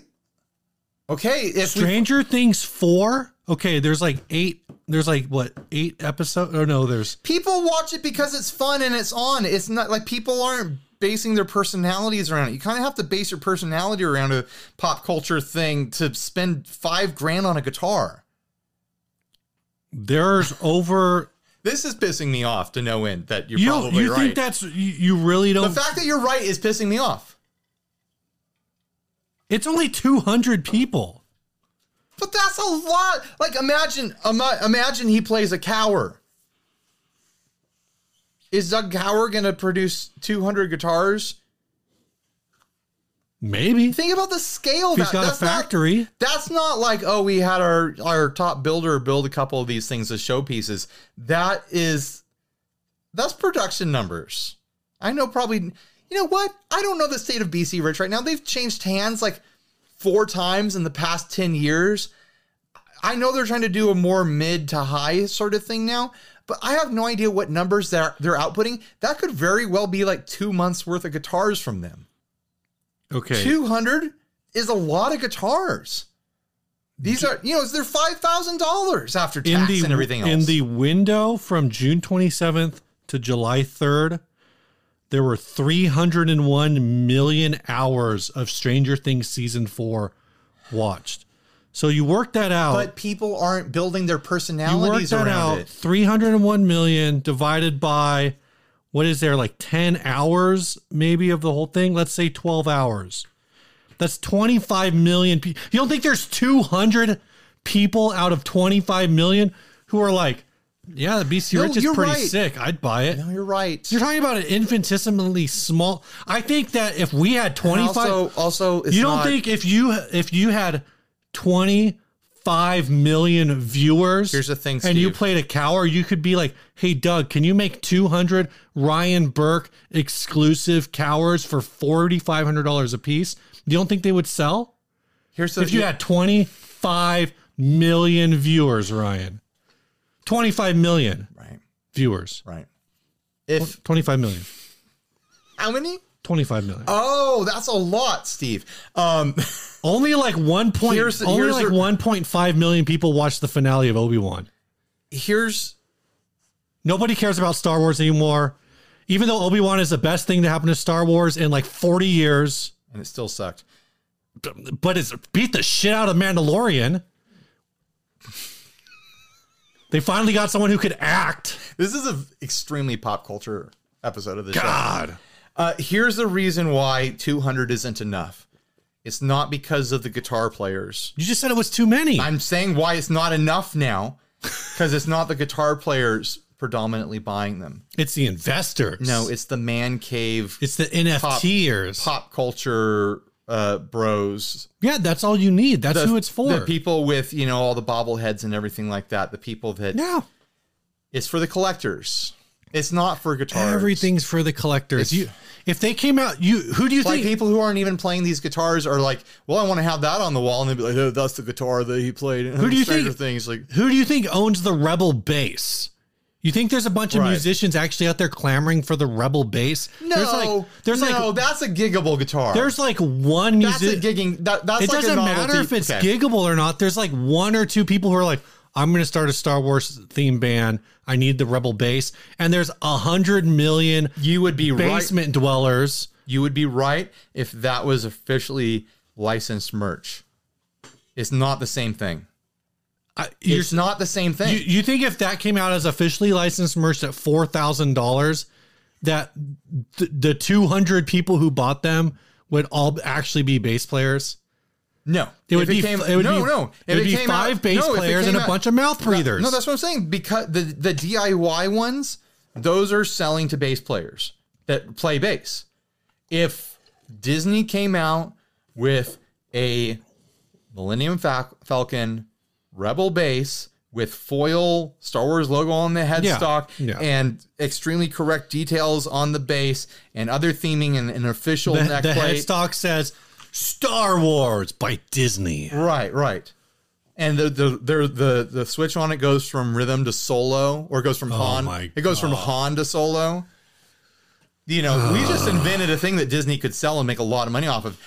S1: Okay, if we
S2: Stranger Things 4. Okay, there's like eight, there's like what, eight episodes? Oh no, there's
S1: people watch it because it's fun and it's on. It's not like people aren't basing their personalities around it. You kind of have to base your personality around a pop culture thing to spend five grand on a guitar.
S2: There's over.
S1: This is pissing me off to no end that you're
S2: You don't,
S1: probably
S2: you
S1: right.
S2: think that's you, you really
S1: the
S2: don't?
S1: fact that you're right is pissing me off.
S2: it's only 200 people.
S1: But that's a lot. Like imagine, ima- imagine he plays a cower. Is Doug Cower going to produce 200 guitars?
S2: Maybe
S1: Think about the scale.
S2: he's
S1: that-
S2: got a
S1: that's not-
S2: factory.
S1: That's not like, oh, we had our our top builder build a couple of these things as showpieces. That is that's production numbers. I know probably you know what? I don't know the state of BC Rich right now. They've changed hands like four times in the past 10 years. I know they're trying to do a more mid to high sort of thing now, but I have no idea what numbers they're they're outputting. That could very well be like two months worth of guitars from them.
S2: okay,
S1: 200 is a lot of guitars. These are, you know, they're $5,000 after tax and everything else.
S2: In the window from June 27th to July 3rd, there were 301 million hours of Stranger Things season four watched. So you work that out.
S1: but people aren't building their
S2: you work
S1: personalities
S2: that
S1: around
S2: out.
S1: it.
S2: 301 million divided by what is there like 10 hours maybe of the whole thing? Let's say 12 hours. That's 25 million people. You don't think there's 200 people out of 25 million who are like, yeah, the BC
S1: No,
S2: Rich is
S1: you're
S2: pretty
S1: right.
S2: sick. I'd buy it.
S1: No, you're right.
S2: You're talking about an infinitesimally small. I think that if we had 25
S1: also, also, it's
S2: you don't
S1: not-
S2: think if you if you had 25 million viewers
S1: Here's the thing,
S2: and you
S1: Steve.
S2: played a cower you could be like hey doug can you make 200 ryan burke exclusive cowers for $4500 a piece you don't think they would sell
S1: here's the
S2: if you had 25 million viewers ryan 25 million
S1: right,
S2: viewers
S1: right. If
S2: 25 million
S1: how many?
S2: 25 million
S1: Oh, that's a lot, Steve. Um,
S2: only like 1. Point,
S1: Here's the-
S2: only
S1: here's
S2: like
S1: the-
S2: 1.5 million people watched the finale of obi-wan
S1: here's
S2: Nobody cares about Star Wars anymore. Even though Obi Wan is the best thing to happen to Star Wars in like 40 years,
S1: and it still sucked.
S2: but it's beat the shit out of Mandalorian. They finally got someone who could act.
S1: This is an extremely pop culture episode of the show.
S2: God.
S1: Uh, here's the reason why 200 isn't enough. It's not because of the guitar players.
S2: You just said it was too many.
S1: I'm saying why it's not enough now because it's not the guitar players predominantly buying them.
S2: it's the investors.
S1: No, it's the man cave
S2: it's the NFTers.
S1: pop culture uh, bros.
S2: Yeah, that's all you need. That's
S1: The-
S2: who it's for.
S1: The people with, you know, all the bobbleheads and everything like that. The people that
S2: yeah.
S1: it's for the collectors. It's not for guitars.
S2: Everything's for the collectors.
S1: It's-
S2: You, if they came out, you who do you
S1: Like
S2: think?
S1: people who aren't even playing these guitars are like, well, I want to have that on the wall, and they'd be like, oh, that's the guitar that he played. Who
S2: do you think-
S1: Things like
S2: who do you think owns the rebel bass? You think there's a bunch of
S1: Right.
S2: musicians actually out there clamoring for the rebel bass?
S1: no,
S2: there's like there's
S1: no,
S2: like
S1: that's a giggable guitar.
S2: there's like one
S1: That's a
S2: musician.
S1: gigging. That, that's
S2: It
S1: like
S2: doesn't
S1: a
S2: matter if
S1: novelty-
S2: it's
S1: okay.
S2: giggable or not. There's like one or two people who are like, I'm going to start a Star Wars theme band. I need the rebel bass, and there's a hundred million
S1: You would be right.
S2: basement dwellers.
S1: You would be right if that was officially licensed merch. It's not the same thing.
S2: I, you're,
S1: It's not the same thing.
S2: you you think if that came out as officially licensed merch at four thousand dollars, that th- the two hundred people who bought them would all actually be bass players?
S1: no,
S2: It would
S1: If
S2: be
S1: came-
S2: it would
S1: no,
S2: be,
S1: no.
S2: It would be
S1: came
S2: five
S1: out-
S2: bass
S1: no, if it
S2: players
S1: came
S2: and a
S1: out-
S2: bunch of mouth breathers.
S1: No, that's what I'm saying. Because the the DIY ones, those are selling to bass players that play bass. If Disney came out with a Millennium Fal- Falcon Rebel bass with foil Star Wars logo on the headstock
S2: yeah.
S1: and extremely correct details on the bass and other theming and an official
S2: the,
S1: neck
S2: the
S1: plate.
S2: headstock says Star Wars by Disney.
S1: Right, right. And the the the the, the switch on it goes from rhythm to solo, or it goes from Han.
S2: Oh my
S1: It goes from Han to solo. You know, we just invented a thing that Disney could sell and make a lot of money off of.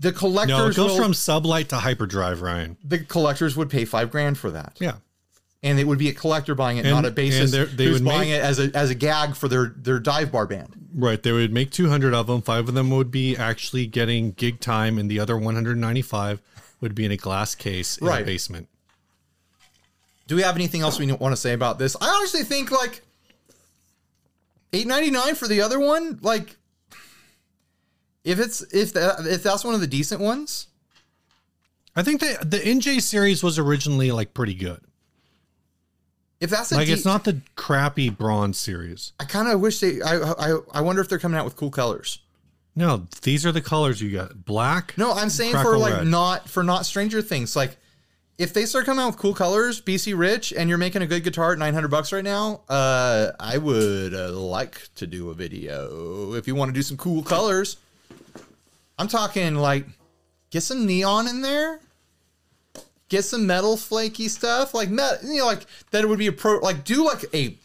S1: The collectors
S2: No, it goes
S1: will-
S2: from sublight to hyperdrive, Ryan.
S1: the collectors would pay five grand for that,
S2: Yeah.
S1: and it would be a collector buying it,
S2: And-
S1: not a bassist
S2: and they're- they
S1: who's
S2: would
S1: buying
S2: make-
S1: it as a as a gag for their their dive bar band.
S2: Right. They would make 200 of them. Five of them would be actually getting gig time, and the other 195 would be in a glass case in
S1: Right.
S2: a basement.
S1: Do we have anything else we want to say about this? I honestly think like eight ninety nine for the other one. Like, if it's if that if that's one of the decent ones,
S2: I think that the NJ series was originally like pretty good.
S1: if that's a
S2: Like
S1: de-
S2: it's not the crappy bronze series.
S1: I kind of wish they. I, I I wonder if they're coming out with cool colors.
S2: No, these are the colors you got. Black.
S1: No, I'm saying for
S2: Crackle
S1: like
S2: red.
S1: not for not Stranger Things. Like, if they start coming out with cool colors, BC Rich, and you're making a good guitar at 900 bucks right now, uh, I would uh, like to do a video. If you want to do some cool colors, I'm talking like get some neon in there. Get some metal flaky stuff like met, you know, like that. It would be a pro, like do like a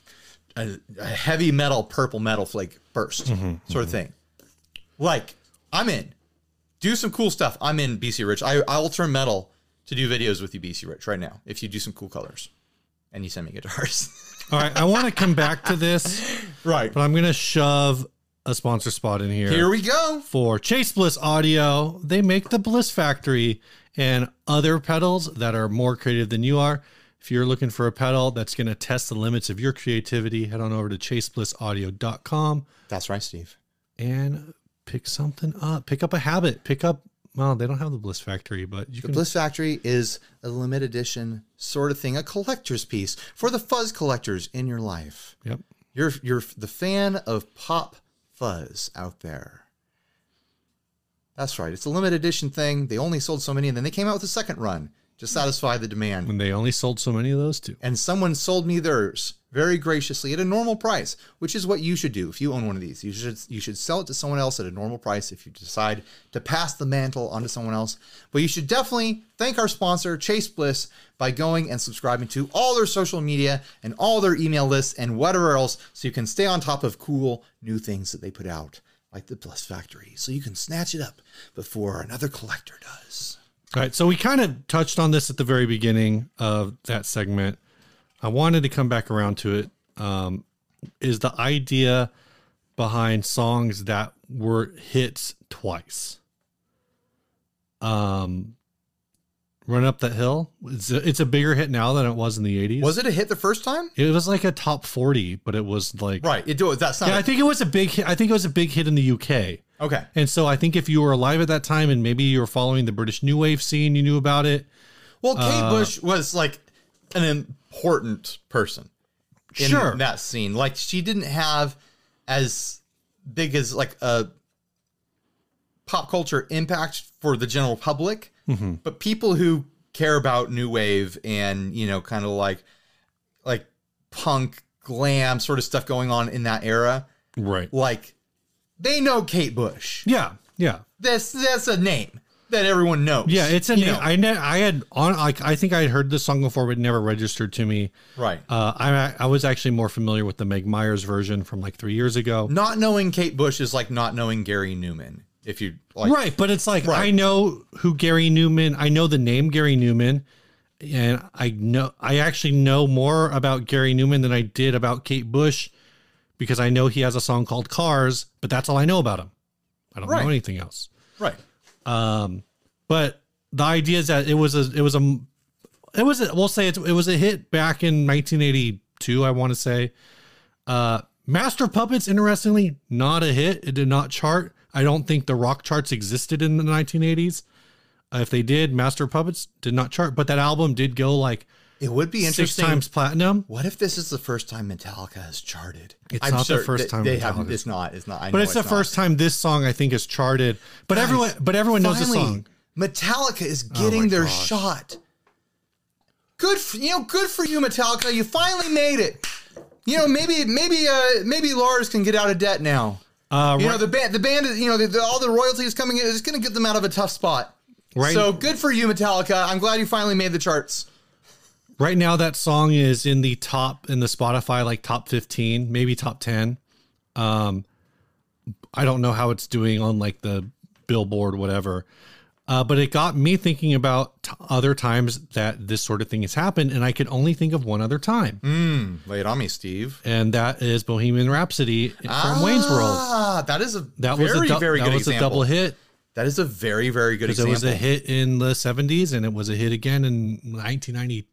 S1: a, a heavy metal purple metal flake burst
S2: Mm-hmm,
S1: sort of thing. Like I'm in do some cool stuff. I'm in BC Rich. I, I will turn metal to do videos with you, BC Rich, right now. If you do some cool colors and you send me guitars.
S2: All right. I want to come back to this,
S1: right.
S2: but I'm going to shove a sponsor spot in here.
S1: Here we go.
S2: for Chase Bliss Audio. They make the Bliss Factory and other pedals that are more creative than you are. If you're looking for a pedal that's going to test the limits of your creativity, head on over to chaseblissaudio.com
S1: That's right, Steve.
S2: and pick something up. Pick up a habit. Pick up, well, they don't have the Bliss Factory, but you
S1: The
S2: can.
S1: Bliss Factory is a limited edition sort of thing, a collector's piece for the fuzz collectors in your life.
S2: Yep.
S1: You're you're the fan of pop fuzz out there. That's right. It's a limited edition thing. They only sold so many, and then they came out with a second run to satisfy the demand.
S2: And they only sold so many of those too.
S1: and someone sold me theirs very graciously at a normal price, which is what you should do if you own one of these. You should you should sell it to someone else at a normal price if you decide to pass the mantle onto someone else. But you should definitely thank our sponsor Chase Bliss by going and subscribing to all their social media and all their email lists and whatever else so you can stay on top of cool new things that they put out like the Bliss Factory so you can snatch it up before another collector does.
S2: All right. So we kind of touched on this at the very beginning of that segment. I wanted to come back around to it. Um, is the idea behind songs that were hits twice? Um, Run Up That Hill. It's a, it's a bigger hit now than it was in the 80s.
S1: Was it a hit the first time?
S2: It was like a top 40, but it was like.
S1: Right. It that's not
S2: Yeah, I think it was a big hit. I think it was a big hit in the UK.
S1: okay.
S2: And so I think if you were alive at that time and maybe you were following the British New Wave scene, you knew about it.
S1: Well, Kate
S2: Uh,
S1: Bush was like an important person in
S2: sure.
S1: that scene. Like she didn't have as big as like a pop culture impact for the general public,
S2: Mm-hmm.
S1: but people who care about new wave and you know kind of like like punk glam sort of stuff going on in that era,
S2: right.
S1: like they know Kate Bush.
S2: Yeah, yeah,
S1: That's that's a name that everyone knows.
S2: yeah. It's a
S1: You
S2: name.
S1: know.
S2: I ne- I had on. I, I think I had heard this song before, but it never registered to me.
S1: right.
S2: Uh, I I was actually more familiar with the Meg Myers version from like three years ago.
S1: not knowing Kate Bush is like not knowing Gary Newman. If you like,
S2: Right, but it's like
S1: Right.
S2: I know who Gary Newman. I know the name Gary Newman, and I know I actually know more about Gary Newman than I did about Kate Bush, because I know he has a song called Cars, but that's all I know about him. I don't
S1: Right.
S2: know anything else.
S1: right,
S2: Um, but the idea is that it was a it was a it was a, we'll say it's, it was a hit back in 1982 i want to say uh master of puppets interestingly not a hit it did not chart i don't think the rock charts existed in the 1980s Uh, if they did master of puppets did not chart but that album did go like
S1: it would be
S2: six
S1: interesting.
S2: times platinum
S1: What if this is the first time Metallica has charted?
S2: It's not the first
S1: they-
S2: time
S1: they haven't.
S2: Metallica-
S1: It's not. It's not. I
S2: but
S1: know
S2: it's the
S1: not.
S2: first time this song i think is charted but everyone but everyone knows the
S1: Finally,
S2: song
S1: Metallica is getting their shot. Good, for, you know, good for you, Metallica. You finally made it. You know, maybe, maybe, uh, maybe Lars can get out of debt now.
S2: uh
S1: You know, the band, the band, is- you know, the, the, all the royalties coming in is going to get them out of a tough spot.
S2: right
S1: So good for you, Metallica. I'm glad you finally made the charts.
S2: Right now, that song is in the top in the Spotify like top fifteen, maybe top ten. Um, I don't know how it's doing on like the Billboard, whatever. Uh, but it got me thinking about t- other times that this sort of thing has happened, and I could only think of one other time,
S1: Mm, lay it on me, Steve.
S2: and that is Bohemian Rhapsody from Wayne's World.
S1: Ah, that is a
S2: That
S1: very,
S2: was a dou-
S1: very
S2: that
S1: good
S2: was a
S1: example.
S2: double hit
S1: That is a very, very good
S2: because it
S1: example.
S2: was a hit in the '70s, and it was a hit again in 1992.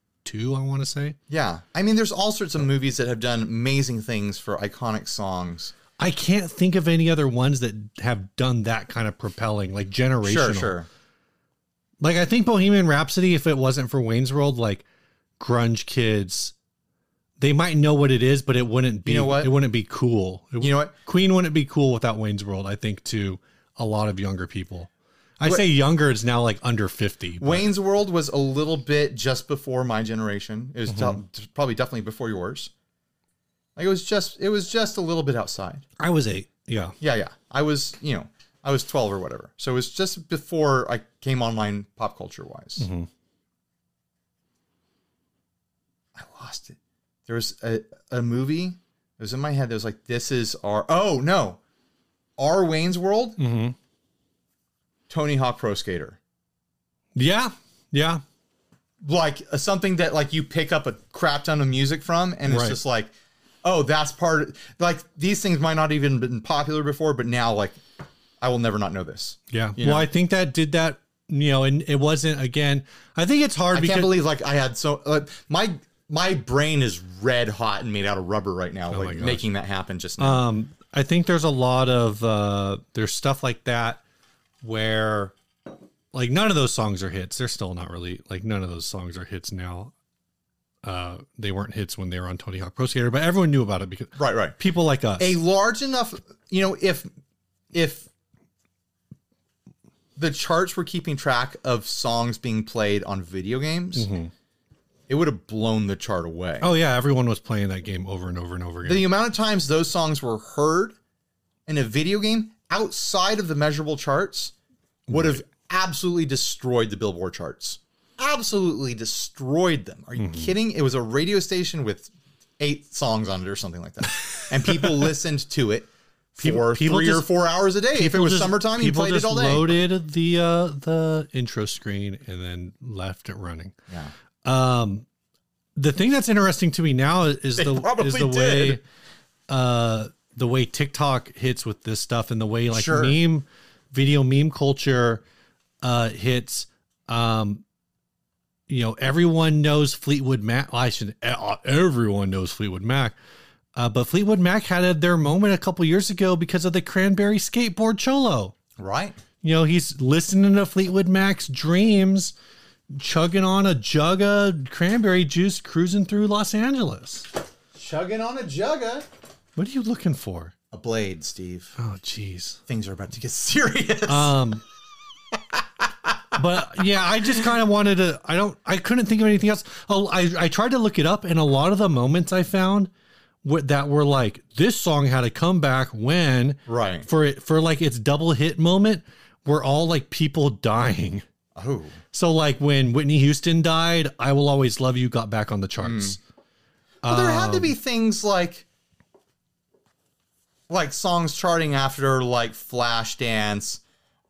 S2: I want to say.
S1: Yeah. I mean, there's all sorts of movies that have done amazing things for iconic songs.
S2: I can't think of any other ones that have done that kind of propelling, like generational.
S1: Sure, sure.
S2: Like I think Bohemian Rhapsody, if it wasn't for Wayne's World, like grunge kids, they might know what it is, but it wouldn't be.
S1: You know what?
S2: It wouldn't be cool. It
S1: You know what?
S2: Queen wouldn't be cool without Wayne's World. I think to a lot of younger people. I
S1: Wha-
S2: say younger. It's now like under fifty. but-
S1: Wayne's World was a little bit just before my generation. It was de- probably definitely before yours. Like it was just it was just a little bit outside.
S2: I was eight. Yeah.
S1: Yeah, yeah. I was, you know, I was 12 or whatever. So it was just before I came online pop culture wise.
S2: Mhm.
S1: I lost it. There was a, a movie. It was in my head. That was like, this is our, oh no, our Wayne's World,
S2: Mm-hmm.
S1: Tony Hawk Pro Skater.
S2: Yeah. Yeah.
S1: Like uh, something that like you pick up a crap ton of music from and it's
S2: Right.
S1: just like, oh, that's part of, like these things might not even been popular before, but now like I will never not know this.
S2: Yeah.
S1: You
S2: well,
S1: know?
S2: I think that did that. You know, and it wasn't again. I think it's hard
S1: I
S2: because
S1: can't believe like I had so uh, my my brain is red hot and made out of rubber right now,
S2: Oh my
S1: like
S2: gosh.
S1: making that happen just now.
S2: um, I think there's a lot of uh, there's stuff like that where like none of those songs are hits. They're still not really like none of those songs are hits now. Uh, they weren't hits when they were on Tony Hawk Pro Skater, but everyone knew about it because
S1: right, right.
S2: people like us.
S1: A large enough, you know, if if the charts were keeping track of songs being played on video games,
S2: Mm-hmm.
S1: it would have blown the chart away.
S2: oh yeah, everyone was playing that game over and over and over again.
S1: The amount of times those songs were heard in a video game outside of the measurable charts would have absolutely destroyed the Billboard charts. Absolutely destroyed them. Are you
S2: Mm-hmm.
S1: kidding? It was a radio station with eight songs on it or something like that. And people listened to it for
S2: people
S1: three or
S2: just-
S1: four hours a day. If it was
S2: Just-
S1: summertime, you
S2: people
S1: played it
S2: just
S1: all day.
S2: Loaded the uh, the intro screen and then left it running.
S1: Yeah.
S2: Um, the thing that's interesting to me now is, is
S1: They
S2: the
S1: probably
S2: is the way
S1: did.
S2: uh the way TikTok hits with this stuff and the way like
S1: Sure.
S2: meme video meme culture uh hits um you know everyone knows Fleetwood Mac well, I should uh, everyone knows Fleetwood Mac uh, but Fleetwood Mac had their moment a couple years ago because of the Cranberry skateboard cholo
S1: Right?
S2: you know, he's listening to Fleetwood Mac's dreams, chugging on a jug of cranberry juice, cruising through Los Angeles.
S1: Chugging on a jugga.
S2: What are you looking for?
S1: A blade, Steve.
S2: Oh, jeez.
S1: Things are about to get serious.
S2: Um, but yeah, I just kind of wanted to. I don't. I couldn't think of anything else. Oh, I I tried to look it up, and a lot of the moments I found were, that were like this song had a comeback when
S1: right.
S2: for it for like its double hit moment were all like people dying.
S1: Oh.
S2: So like when Whitney Houston died, I Will Always Love You got back on the charts.
S1: Hmm. Well, there had
S2: Um,
S1: to be things like like songs charting after like Flashdance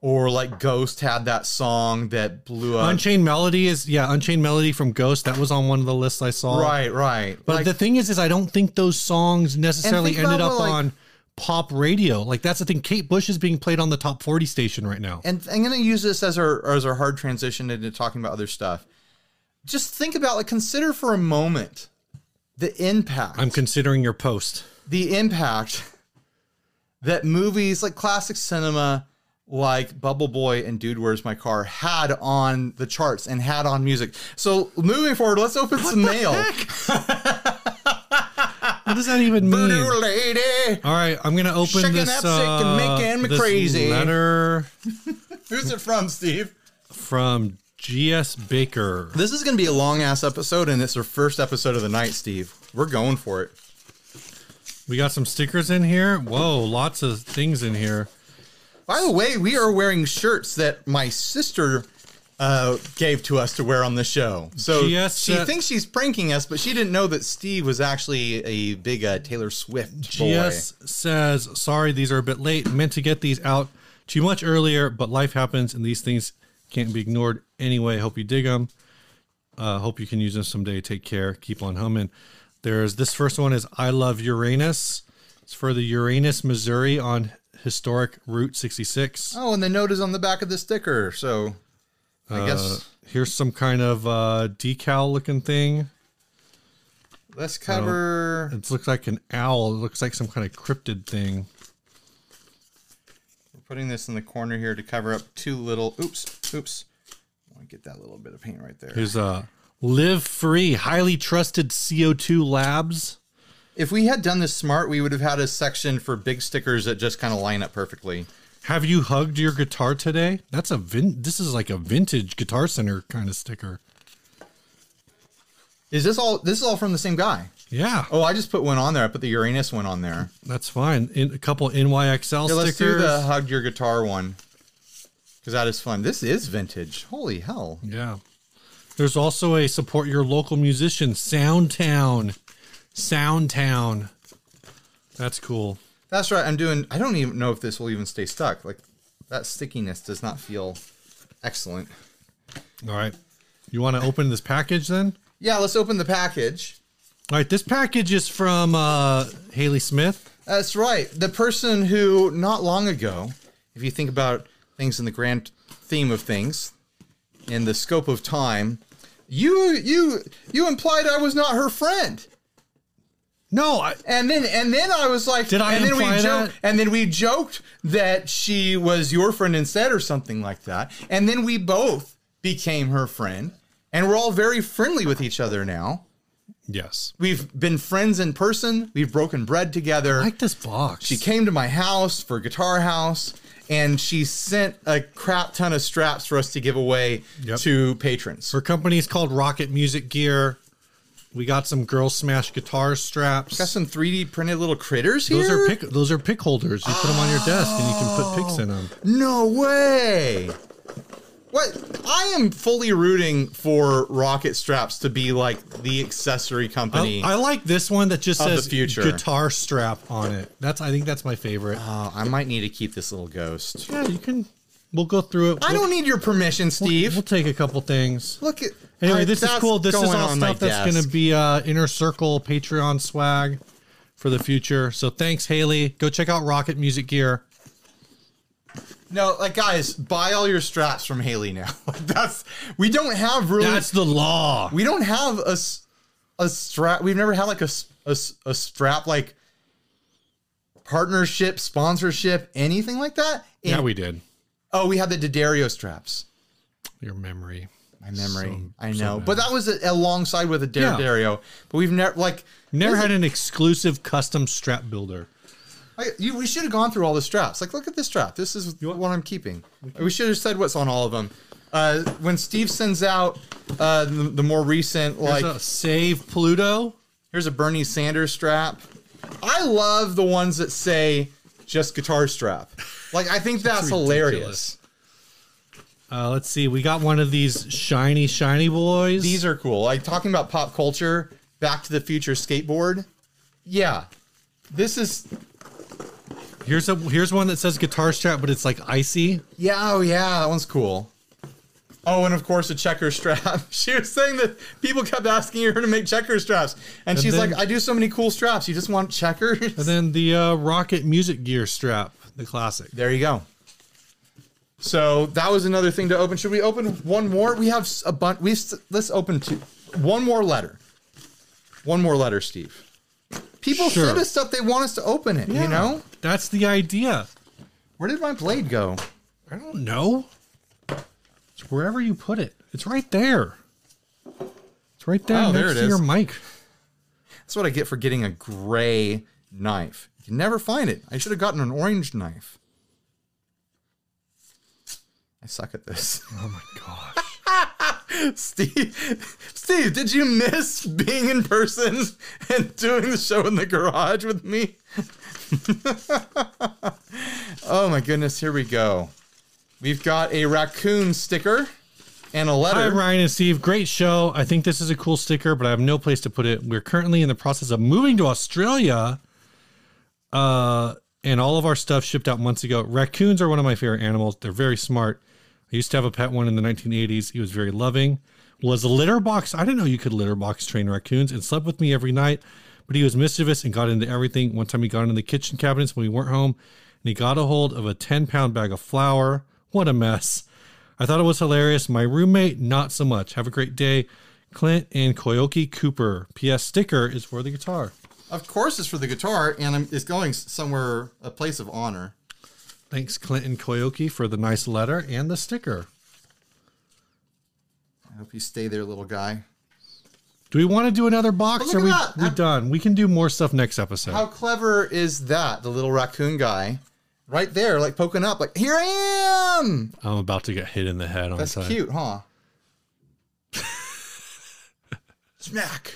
S1: or like Ghost had that song that blew up.
S2: Unchained Melody is yeah, Unchained Melody from Ghost that was on one of the lists I saw.
S1: right, right.
S2: But
S1: like,
S2: the thing is is I don't think those songs necessarily
S1: think
S2: ended
S1: about
S2: up
S1: what, like-
S2: on pop radio. Like that's the thing Kate Bush is being played on the top 40 station right now.
S1: and I'm going to use this as our as our hard transition into talking about other stuff. Just think about like consider for a moment the impact.
S2: I'm considering your post.
S1: the impact that movies like classic cinema like Bubble Boy and Dude Where's My Car had on the charts and had on music. So moving forward, let's open some mail.
S2: What does that even mean?
S1: Voodoo lady,
S2: All right, I'm going to open
S1: Shaking up,
S2: this
S1: shaking,
S2: uh,
S1: making me
S2: this
S1: crazy.
S2: letter
S1: who's it from, Steve?
S2: from GS Baker.
S1: This is going to be a long ass episode, and it's our first episode of the night, Steve. We're going for it.
S2: We got some stickers in here. Whoa, lots of things in here.
S1: By the way, we are wearing shirts that my sister uh, gave to us to wear on the show. So
S2: She asked
S1: she
S2: that-
S1: thinks she's pranking us, but she didn't know that Steve was actually a big uh, Taylor Swift boy.
S2: GS says, "Sorry, these are a bit late. Meant to get these out too much earlier, but life happens, and these things Can't be ignored anyway. Hope you dig them. Uh, hope you can use them someday. Take care. Keep on humming. There's this first one is I Love Uranus. It's for the Uranus, Missouri on historic Route 66.
S1: Oh, and the note is on the back of the sticker. So I
S2: Uh,
S1: guess
S2: here's some kind of uh, decal looking thing.
S1: let's cover.
S2: It looks like an owl. It looks like some kind of cryptid thing.
S1: We're putting this in the corner here to cover up two little. Oops, oops. I want to get that little bit of paint right there.
S2: Here's uh, Live Free, highly trusted CO2 labs.
S1: If we had done this smart, we would have had a section for big stickers that just kind of line up perfectly.
S2: Have you hugged your guitar today? That's a vin- this is like a vintage guitar center kind of sticker.
S1: Is this all? This is all from the same guy.
S2: Yeah,
S1: Oh, I just put one on there. I put the Uranus one on there.
S2: that's fine. In, a couple NYXL
S1: Here, let's do
S2: stickers.
S1: the hugged your guitar one because that is fun. This is vintage. Holy hell!
S2: yeah. There's also a support your local musician, Soundtown. Soundtown. That's cool.
S1: That's right. I'm doing. I don't even know if this will even stay stuck. Like that stickiness does not feel excellent.
S2: All right. You want to open this package then?
S1: Yeah, let's open the package.
S2: All right, this package is from uh, Haley Smith.
S1: That's right. The person who not long ago, if you think about things in the grand theme of things, in the scope of time, you you you implied I was not her friend.
S2: No, I,
S1: And then and then I was like,
S2: Did I
S1: and then we
S2: imply
S1: joked,
S2: that?
S1: And then we joked that she was your friend instead, or something like that. And then we both became her friend, and we're all very friendly with each other now.
S2: yes,
S1: We've been friends in person. We've broken bread together.
S2: I like this box.
S1: she came to my house for Guitar House, and she sent a crap ton of straps for us to give away
S2: Yep.
S1: to patrons.
S2: Her company is called Rocket Music Gear. We got some Girl Smash guitar
S1: Got
S2: straps.
S1: some 3D printed little critters here.
S2: Those are pick. Those are pick holders. You put them on your desk, and you can put picks in them.
S1: No way. What? I am fully rooting for Rocket Straps to be like the accessory company.
S2: I, I like this one that just
S1: Of the
S2: says
S1: future.
S2: guitar strap on it. That's. I think that's my favorite.
S1: oh, I might need to keep this little ghost.
S2: yeah, you can. We'll go through it.
S1: I
S2: We'll-
S1: don't need your permission, Steve.
S2: We'll take a couple things.
S1: Look at.
S2: Anyway,
S1: I-
S2: this is
S1: that's
S2: cool. This is
S1: going
S2: all
S1: on my
S2: stuff that's
S1: desk.
S2: going to be uh, inner circle Patreon swag for the future. So thanks, Haley. Go check out Rocket Music Gear.
S1: No, like guys, buy all your straps from Haley now. that's we don't have really.
S2: That's the law.
S1: we don't have a s- a strap. We've never had like a s- a s- a strap like partnership, sponsorship, anything like that. in
S2: Yeah, we did.
S1: Oh, we had the Daddario straps.
S2: Your memory.
S1: My memory,
S2: So-
S1: I
S2: so
S1: know,
S2: bad.
S1: but that was a, alongside with a
S2: Yeah.
S1: Daddario. But we've never like
S2: Never
S1: this-
S2: had an exclusive custom strap builder.
S1: I- you, we should have gone through all the straps. Like, look at this strap. This is what I'm keeping. We should have said what's on all of them. Uh, when Steve sends out uh, the, the more recent, like
S2: Like save Pluto.
S1: here's a Bernie Sanders strap. I love the ones that say just guitar strap. Like, I think that's hilarious.
S2: ridiculous. Uh, let's see. We got one of these shiny, shiny boys.
S1: These are cool. Like talking about pop culture, Back to the Future skateboard. Yeah, this is
S2: here's a here's one that says guitar strap, but it's like icy.
S1: Yeah, oh yeah, that one's cool. Oh, and of course a checker strap. she was saying that people kept asking her to make checker straps, and, she's
S2: then-
S1: like, "I do so many cool straps. You just want checkers."
S2: And then the uh, Rocket Music Gear strap, the classic.
S1: there you go. So that was another thing to open. Should we open one more? We have s- a bunch. We s- let's open two. One more letter. One more letter, Steve. People
S2: Sure.
S1: send us stuff. They want us to open it. You know.
S2: That's the idea.
S1: Where did my blade go?
S2: I don't know. It's wherever you put it. It's right there. It's right there
S1: Oh,
S2: next
S1: there it
S2: to your
S1: is.
S2: mic.
S1: That's what I get for getting a gray knife. You can never find it. I should have gotten an orange knife. I suck at this.
S2: Oh my gosh.
S1: Steve, Steve, did you miss being in person and doing the show in the garage with me? oh my goodness, here we go. We've got a raccoon sticker and a
S2: Hi,
S1: letter.
S2: Ryan and Steve. Great show. I think this is a cool sticker, but I have no place to put it. We're currently in the process of moving to Australia. Uh, and all of our stuff shipped out months ago. Raccoons are one of my favorite animals. They're very smart. I used to have a pet one in the 1980s. He was very loving. Was a litter box. I didn't know you could litter box train raccoons and slept with me every night, but he was mischievous and got into everything. One time he got into the kitchen cabinets when we weren't home and he got a hold of a 10 pound bag of flour. What a mess. I thought it was hilarious. My roommate, not so much. Have a great day. Clint and Koyoki Cooper. P.S. Sticker is for the guitar.
S1: Of course, it's for the guitar, and I'm- it's going s- somewhere, a place of honor.
S2: Thanks, Clint and Koyoki, for the nice letter and the sticker.
S1: I hope you stay there, little guy.
S2: Do we want to do another box?
S1: Look
S2: Or
S1: at
S2: we,
S1: that.
S2: we
S1: I'm-
S2: done? We can do more stuff next episode.
S1: How clever is that? The little raccoon guy, right there, like poking up, like here I am.
S2: I'm about to get hit in the head on
S1: That's
S2: time.
S1: cute, huh? Smack.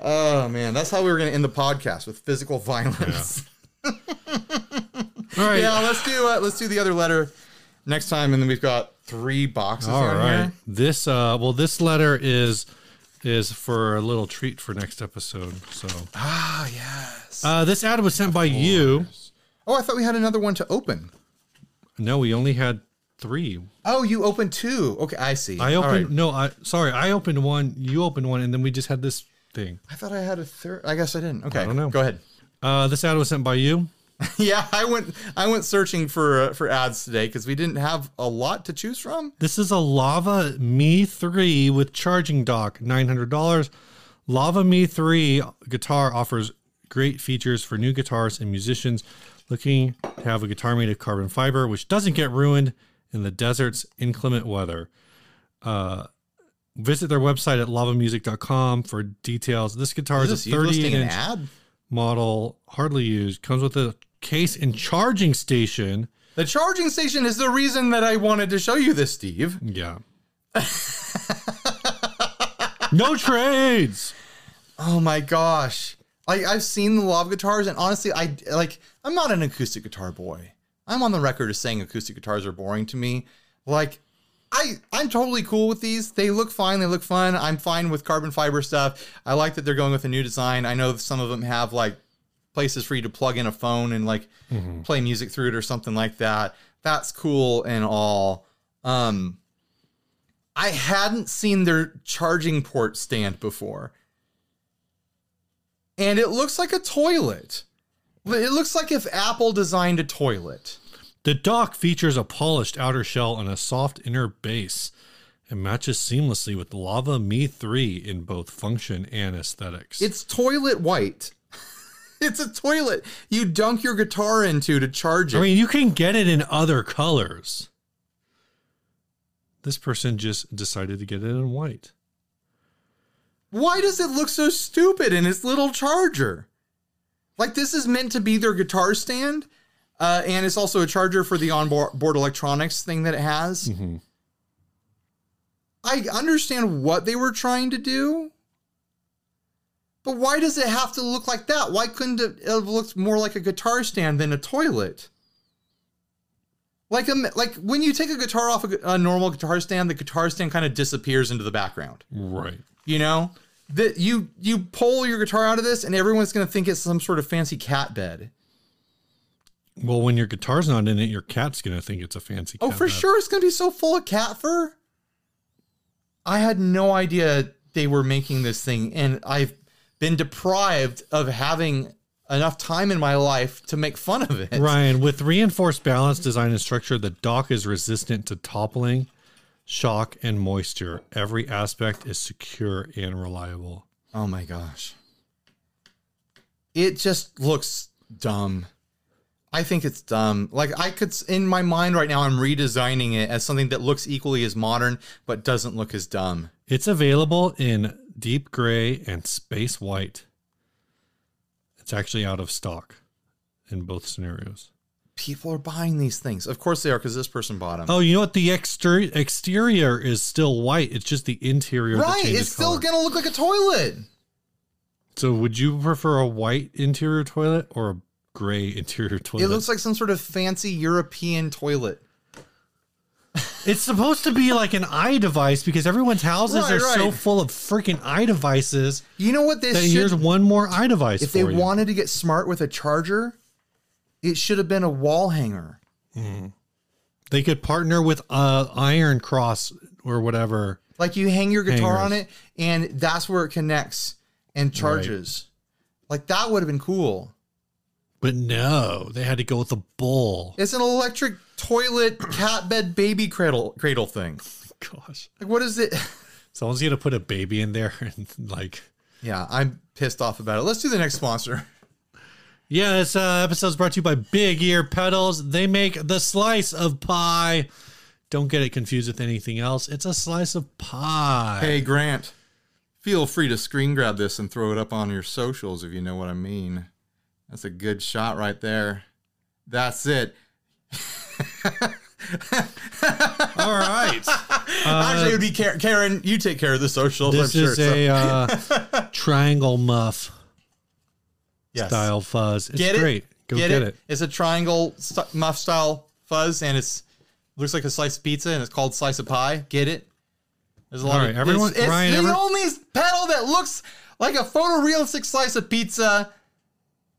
S1: Oh man, that's how we were going to end the podcast with physical violence.
S2: All right.
S1: Yeah, let's do uh, let's do the other letter next time, and then we've got three boxes.
S2: All
S1: down
S2: right.
S1: Here.
S2: This uh well this letter is is for a little treat for next episode. So
S1: Ah yes.
S2: uh this ad was sent by you.
S1: Oh, I thought we had another one to open.
S2: No, we only had three.
S1: Oh, you opened two. Okay, I see.
S2: I
S1: All
S2: opened
S1: right.
S2: no, I sorry, I opened one, you opened one, and then we just had this thing.
S1: I thought I had a third. I guess I didn't. Okay, I
S2: don't know.
S1: Go ahead.
S2: Uh this ad was sent by you.
S1: yeah, I went. I went searching for uh, for ads today because we didn't have a lot to choose from.
S2: This is a Lava Me 3 with charging dock, $900. Lava Me 3 guitar offers great features for new guitars and musicians looking to have a guitar made of carbon fiber, which doesn't get ruined in the desert's inclement weather. Uh, visit their website at lavamusic.com for details. This guitar is,
S1: Is this
S2: a
S1: you
S2: 38
S1: listing an
S2: inch
S1: ad
S2: model, hardly used, comes with a case and charging station.
S1: the charging station is the reason that i wanted to show you this steve
S2: Yeah. no trades.
S1: oh my gosh like i've seen the lava guitars and honestly i like i'm not an acoustic guitar boy i'm on the record as saying acoustic guitars are boring to me like I, I'm totally cool with these. They look fine. They look fun. I'm fine with carbon fiber stuff. I like that they're going with a new design. I know some of them have like places for you to plug in a phone and like play music through it or something like that. That's cool and all. Um I hadn't seen their charging port stand before. And it looks like a toilet. It looks like if Apple designed a toilet.
S2: The dock features a polished outer shell and a soft inner base. It matches seamlessly with Lava Me 3 in both function and aesthetics.
S1: It's toilet white. it's a toilet you dunk your guitar into to charge it.
S2: I mean, you can get it in other colors. This person just decided to get it in white.
S1: Why does it look so stupid in its little charger? Like this is meant to be their guitar stand, uh, and it's also a charger for the onboard electronics thing that it has.
S2: Mhm.
S1: I understand what they were trying to do, but why does it have to look like that? Why couldn't it have looked more like a guitar stand than a toilet? Like a like when you take a guitar off a, gu- a normal guitar stand, the guitar stand kind of disappears into the background
S2: Right.
S1: you know that you you pull your guitar out of this and everyone's going to think it's some sort of fancy cat bed
S2: Well, when your guitar's not in it, your cat's going to think it's a fancy
S1: oh
S2: cat
S1: for
S2: bed.
S1: sure it's going to be so full of cat fur i had no idea they were making this thing and i've been deprived of having enough time in my life to make fun of it
S2: Ryan, with reinforced balance design and structure, the dock is resistant to toppling, shock, and moisture. Every aspect is secure and reliable.
S1: oh my gosh it just looks dumb I think it's dumb. Like I could s- in my mind right now I'm redesigning it as something that looks equally as modern but doesn't look as dumb.
S2: It's available in deep gray and space white. It's actually out of stock in both scenarios.
S1: People are buying these things. Of course they are cuz this person bought them.
S2: Oh, you know what? The exter- exterior is still white. It's just the interior.
S1: right,
S2: that changes
S1: it's still
S2: color.
S1: going to look like a toilet.
S2: so, would you prefer a white interior toilet or a gray interior toilet?
S1: It looks like some sort of fancy European toilet.
S2: It's supposed to be like an eye device because everyone's houses
S1: Right,
S2: are so
S1: right.
S2: full of freaking eye devices
S1: You know what
S2: that
S1: this
S2: here's
S1: should
S2: one more eye device.
S1: if
S2: for
S1: they
S2: you.
S1: wanted to get smart with a charger, it should have been a wall hanger.
S2: They could partner with uh, Iron Cross or whatever.
S1: Like you hang your guitar
S2: Hangers.
S1: on it, and that's where it connects and charges. Like that would have been cool.
S2: But no, they had to go with the bull.
S1: It's an electric toilet cat bed baby cradle cradle thing.
S2: Gosh,
S1: Like what is it?
S2: someone's gonna put a baby in there and like,
S1: Yeah, I'm pissed off about it. Let's do the next sponsor.
S2: yeah. This uh, episode's brought to you by Big Ear Pedals. They make the slice of pie. Don't get it confused with anything else. It's a slice of pie.
S1: Hey Grant, feel free to screen grab this and throw it up on your socials if you know what I mean. That's a good shot right there. That's it.
S2: All right.
S1: Actually, it would be Karen. Karen, you take care of the socials.
S2: Uh, This
S1: I'm sure.
S2: is
S1: so-
S2: a uh, triangle muff
S1: yes.
S2: style fuzz. It's
S1: Get it?
S2: great. Go get, it.
S1: It's a triangle st- muff style fuzz, and it's looks like a sliced pizza, and it's called slice of pie. Get it? There's a lot of
S2: All right, everyone-
S1: It's, it's
S2: Ryan,
S1: the
S2: every-
S1: only pedal that looks like a photorealistic slice of pizza,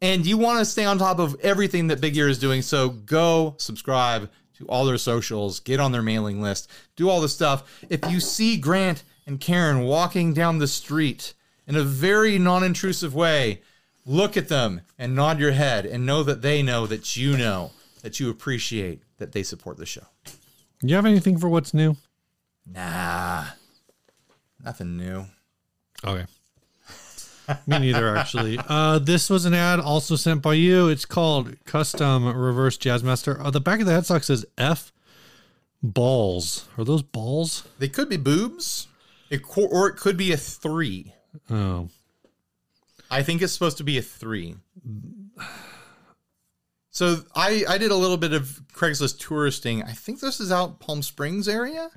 S1: and you want to stay on top of everything that Big Ear is doing. So go subscribe to all their socials, get on their mailing list, do all this stuff. If you see Grant and Karen walking down the street in a very non-intrusive way, look at them and nod your head and know that they know that you know that you appreciate that they support the show.
S2: You have anything for what's new?
S1: Nah, nothing new.
S2: Okay. Me neither, actually. Uh, this was an ad also sent by you. It's called Custom Reverse Jazzmaster. Uh, the back of the headstock says F balls. Are those balls?
S1: They could be boobs, it co- or it could be a three.
S2: Oh.
S1: I think it's supposed to be a three. So I I did a little bit of Craigslist touristing. I think this is out Palm Springs area.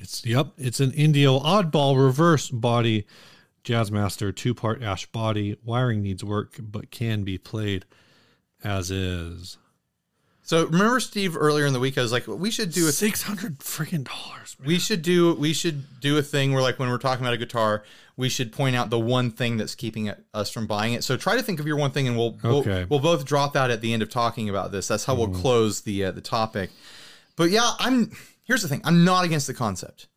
S2: It's yep. It's an Indio oddball reverse body Jazzmaster two part ash body. Wiring needs work, but can be played as is.
S1: So remember Steve earlier in the week I was like we should do a
S2: Six hundred freaking dollars.
S1: we should do we should do a thing where like when we're talking about a guitar we should point out the one thing that's keeping it, us from buying it so try to think of your one thing and we'll we'll,
S2: Okay. Mm-hmm.
S1: we'll both drop that at the end of talking about this that's how we'll close the uh, the topic but yeah i'm here's the thing i'm not against the concept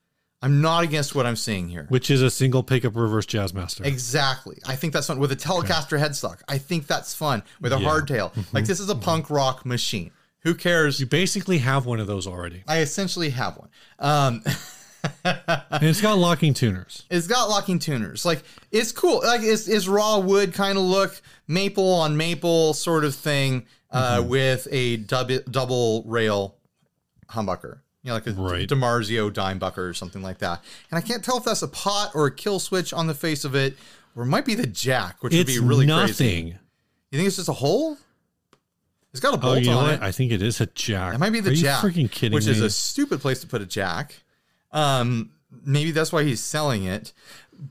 S1: i'm not against what i'm seeing here
S2: Which is a single pickup reverse Jazzmaster.
S1: Exactly. I think that's fun with a Telecaster headstock. I think that's fun with a hardtail. Like this is a punk rock machine. Who cares?
S2: Mm-hmm. you basically have one of those already.
S1: I essentially have one. Um,
S2: and it's got locking tuners.
S1: It's got locking tuners. Like it's cool. Like it's, it's raw wood kind of look, maple on maple sort of thing, uh,
S2: Mm-hmm.
S1: with a dub- double rail humbucker. You know, like a
S2: Right.
S1: DiMarzio dime bucker or something like that. And I can't tell if that's a pot or a kill switch on the face of it, or it might be the jack, which would be
S2: It's
S1: really
S2: nothing.
S1: crazy. You think it's just a hole? It's got a
S2: Oh,
S1: bolt
S2: you know
S1: on
S2: what?
S1: it.
S2: I think it is a jack.
S1: It might be the
S2: Are
S1: jack.
S2: You freaking kidding
S1: Which
S2: me?
S1: is a stupid place to put a jack. Um, maybe that's why he's selling it.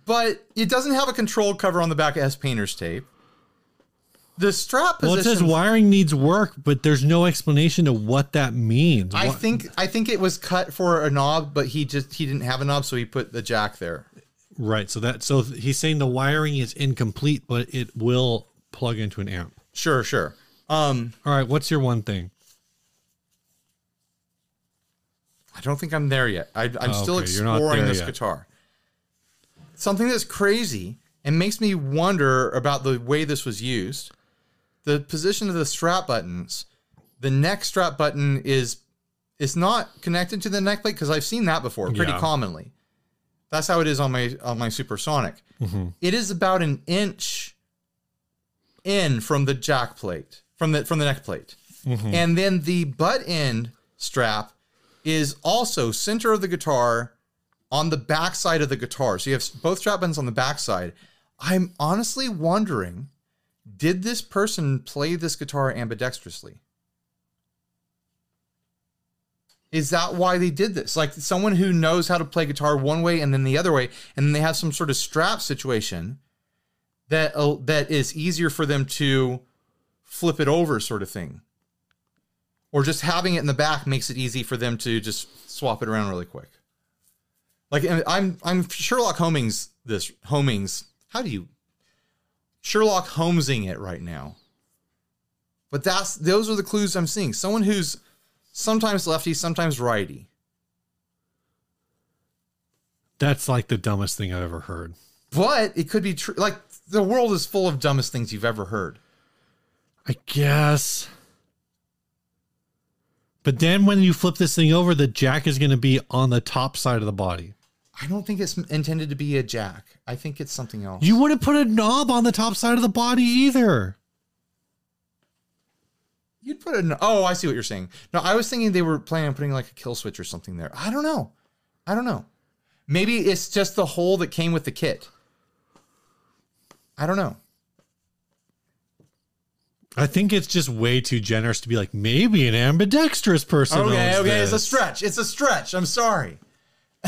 S1: But it doesn't have a control cover on the back. It has painter's tape. The strap
S2: well, it
S1: position.
S2: says wiring needs work, but there's no explanation to what that means.
S1: I
S2: What-
S1: think I think it was cut for a knob, but he just he didn't have a knob, so he put the jack there.
S2: right. So that so he's saying the wiring is incomplete, but it will plug into an amp.
S1: Sure, sure. Um,
S2: All right. What's your one thing?
S1: I don't think I'm there yet. I, I'm still
S2: Oh, okay, you're not
S1: exploring
S2: there
S1: this
S2: yet.
S1: guitar. Something that's crazy and makes me wonder about the way this was used. The position of the strap buttons. The neck strap button is it's not connected to the neck plate because I've seen that before pretty
S2: Yeah.
S1: commonly. That's how it is on my on my supersonic. It is about an inch in from the jack plate, from the from the neck plate. And then the butt end strap is also center of the guitar on the back side of the guitar. So you have s- both strap buttons on the back side. I'm honestly wondering did this person play this guitar ambidextrously? Is that why they did this? Like someone who knows how to play guitar one way and then the other way, and then they have some sort of strap situation that uh, that is easier for them to flip it over, sort of thing. Or just having it in the back makes it easy for them to just swap it around really quick. Like and I'm I'm Sherlock Homings this Homings. How do you Sherlock Holmesing it right now? But that's those are the clues I'm seeing. Someone who's sometimes lefty, sometimes righty.
S2: That's like the dumbest thing I've ever heard.
S1: But it could be true. Like the world is full of dumbest things you've ever heard.
S2: I guess. But then when you flip this thing over, the jack is going to be on the top side of the body.
S1: I don't think it's intended to be a jack. I think it's something else.
S2: You wouldn't put a knob on the top side of the body either.
S1: You'd put an oh, I see what you're saying. No, I was thinking they were planning on putting like a kill switch or something there. I don't know. I don't know. Maybe it's just the hole that came with the kit. I don't know.
S2: I think it's just way too generous to be like maybe an ambidextrous person.
S1: Okay,
S2: owns
S1: okay, it's a
S2: this.
S1: stretch. It's a stretch. I'm sorry.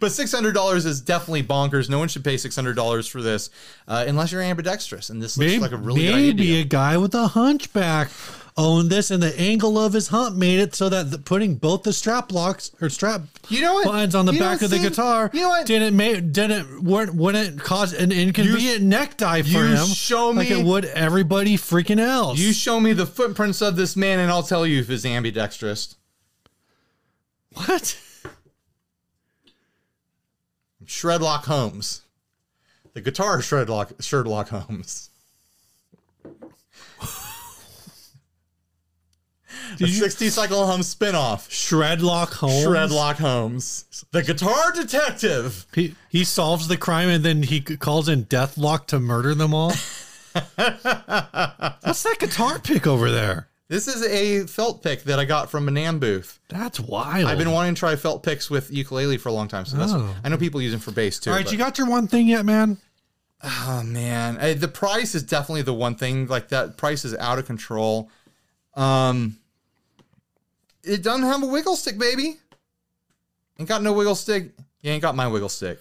S1: but six hundred dollars is definitely bonkers. No one should pay six hundred dollars for this, uh, unless you're ambidextrous. And this looks
S2: Maybe,
S1: like a really good
S2: maybe
S1: idea.
S2: a guy with a hunchback owned this, and the angle of his hump made it so that the, putting both the strap locks or strap
S1: You know what?
S2: buttons on the
S1: You know
S2: back
S1: what,
S2: of the
S1: Steve?
S2: guitar
S1: You know what?
S2: didn't make didn't weren't, wouldn't cause an inconvenient neck die for
S1: you
S2: him.
S1: show
S2: like
S1: me-
S2: it would everybody freaking else.
S1: You show me the footprints of this man, and I'll tell you if he's ambidextrous.
S2: what?
S1: Shredlock Holmes, the guitar Shredlock Sherlock Holmes. The
S2: you-
S1: 60 cycle hum spinoff.
S2: Shredlock Holmes.
S1: Shredlock Holmes, the guitar detective.
S2: He, he solves the crime and then he c- calls in Deathlock to murder them all. What's that guitar pick over there?
S1: This is a felt pick that I got from a Nam booth.
S2: That's wild.
S1: I've been wanting to try felt picks with ukulele for a long time, so that's
S2: Oh.
S1: I know people use them for bass too.
S2: All right,
S1: but-
S2: you got your one thing yet, man?
S1: Oh man, Uh, the price is definitely the one thing. Like that price is out of control. Um, it doesn't have a wiggle stick, baby. Ain't got no wiggle stick. You ain't got my wiggle stick.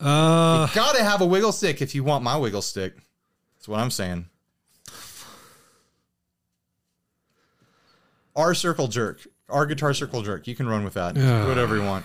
S2: Uh,
S1: Gotta have a wiggle stick if you want my wiggle stick. That's what I'm saying. Our circle jerk, our guitar circle jerk. You can run with that.
S2: Yeah.
S1: Do whatever you want.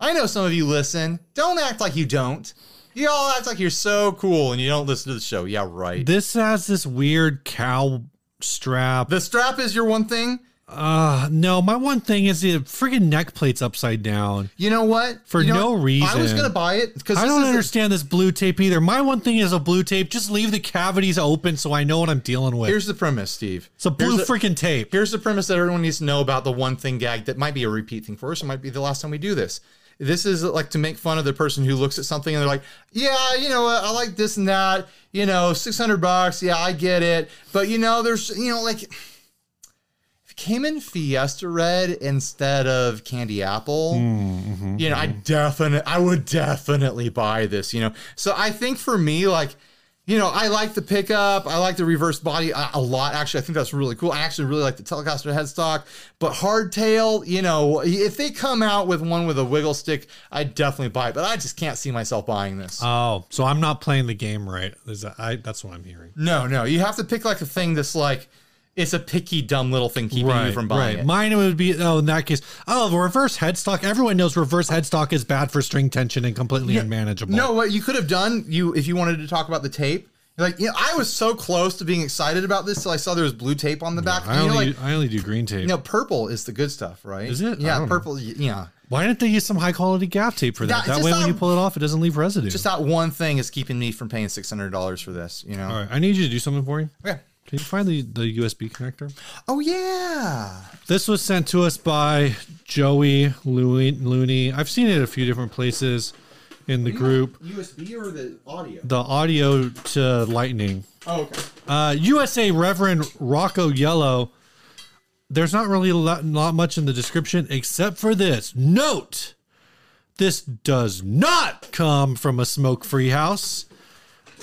S1: I know some of you listen. Don't act like you don't. You all act like you're so cool and you don't listen to the show. Yeah, right.
S2: this has this weird cow strap.
S1: The strap is your one thing.
S2: Uh, no, my one thing is the friggin' neck plate's upside down.
S1: You know what?
S2: For
S1: You know
S2: no
S1: what? I was
S2: reason.
S1: gonna buy it because
S2: I don't understand this blue tape either. My one thing is a blue tape. Just leave the cavities open so I know what I'm dealing with.
S1: Here's the premise, Steve.
S2: it's a blue
S1: here's the-
S2: freaking tape.
S1: Here's the premise that everyone needs to know about the one thing gag that might be a repeat thing for us. It might be the last time we do this. This is like to make fun of the person who looks at something and they're like, yeah, you know what? I like this and that, you know, 600 bucks. Yeah, I get it. But you know, there's, you know, like if it came in Fiesta Red instead of Candy Apple, you know, I definitely, I would definitely buy this, you know? So I think for me, like, you know, I like the pickup. I like the reverse body uh, a, a lot. Actually, I think that's really cool. I actually really like the Telecaster headstock, but hardtail, you know, if they come out with one with a wiggle stick, I definitely buy it. But I just can't see myself buying this.
S2: Oh, so I'm not playing the game right. Is that- I, that's what I'm hearing.
S1: no, no, you have to pick like a thing that's like it's a picky, dumb little thing keeping you from buying it.
S2: Mine would be oh, in that case, oh, the reverse headstock. Everyone knows reverse headstock is bad for string tension and completely unmanageable.
S1: No, what you could have done, you if you wanted to talk about the tape, you're like, you know, I was so close to being excited about this till I saw there was blue tape on the back.
S2: I
S1: you
S2: only
S1: know, like
S2: I only do green tape.
S1: you know, purple is the good stuff, right?
S2: Is it? I
S1: Yeah,
S2: don't know.
S1: purple. y- Yeah.
S2: Why didn't they use some high quality gaff tape for
S1: That-
S2: that? That
S1: just
S2: way, when
S1: not-
S2: you pull it off, it doesn't leave residue.
S1: just that one thing is keeping me from paying six hundred dollars for this. You know.
S2: All right, I need you to do something for me.
S1: Okay.
S2: Can you find the, the USB connector?
S1: Oh yeah.
S2: This was sent to us by Joey Looney. Looney. I've seen it a few different places in the group.
S1: USB or the audio?
S2: The audio to Lightning.
S1: Oh okay.
S2: Uh, USA Reverend Rocco Yellow. There's not really a lot, not much in the description except for this note. This does not come from a smoke free house.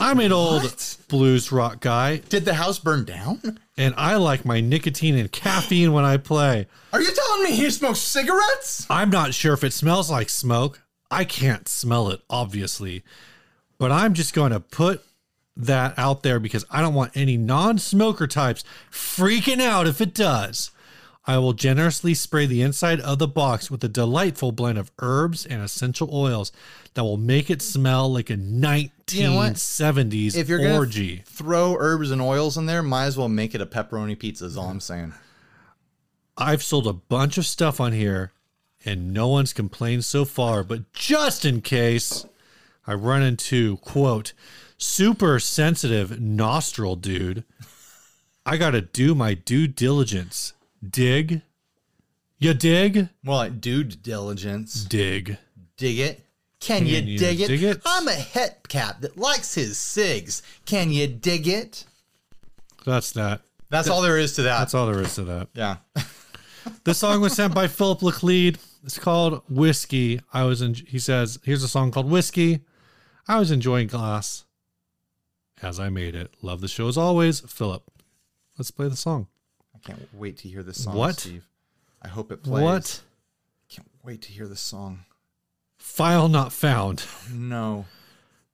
S2: I'm
S1: What?
S2: an old blues rock guy,
S1: Did the house burn down?
S2: and I like my nicotine and caffeine when I play.
S1: Are you telling me he smokes cigarettes?
S2: I'm not sure if it smells like smoke. I can't smell it, obviously. But I'm just going to put that out there because I don't want any non smoker types freaking out if it does. I will generously spray the inside of the box with a delightful blend of herbs and essential oils that will make it smell like a 1970s
S1: If you're gonna
S2: orgy.
S1: throw herbs and oils in there, might as well make it a pepperoni pizza. Is all I'm saying.
S2: I've sold a bunch of stuff on here and no one's complained so far, but just in case I run into quote super sensitive nostril dude, I got to do my due diligence. Dig? You dig?
S1: Well, like due diligence,
S2: Dig.
S1: dig it. Can, you,
S2: you
S1: dig, it?
S2: dig it?
S1: I'm a het cat that likes his cigs. Can you dig it?
S2: That's that.
S1: That's all there is to that.
S2: That's all there is to that.
S1: yeah.
S2: The song was sent by Philip Lacleed. It's called Whiskey. I was in, he says, here's a song called Whiskey. I was enjoying glass as I made it. Love the show as always, Philip. Let's play the song.
S1: I can't wait to hear this song,
S2: What?
S1: Steve. I hope it plays.
S2: What?
S1: Can't wait to hear this song.
S2: File not found.
S1: No.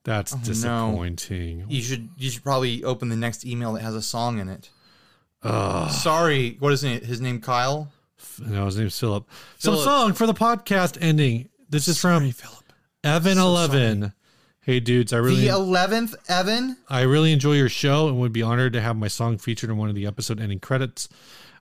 S2: That's
S1: Oh, no.
S2: disappointing.
S1: You should you should probably open the next email that has a song in it.
S2: Ugh.
S1: Sorry, what is his name? His name Kyle?
S2: no, his name's Philip. So
S1: Philip.
S2: song for the podcast ending. This is from
S1: Philip.
S2: Evan Eleven. Hey dudes, I really
S1: The eleventh Evan.
S2: I really enjoy your show and would be honored to have my song featured in one of the episode ending credits.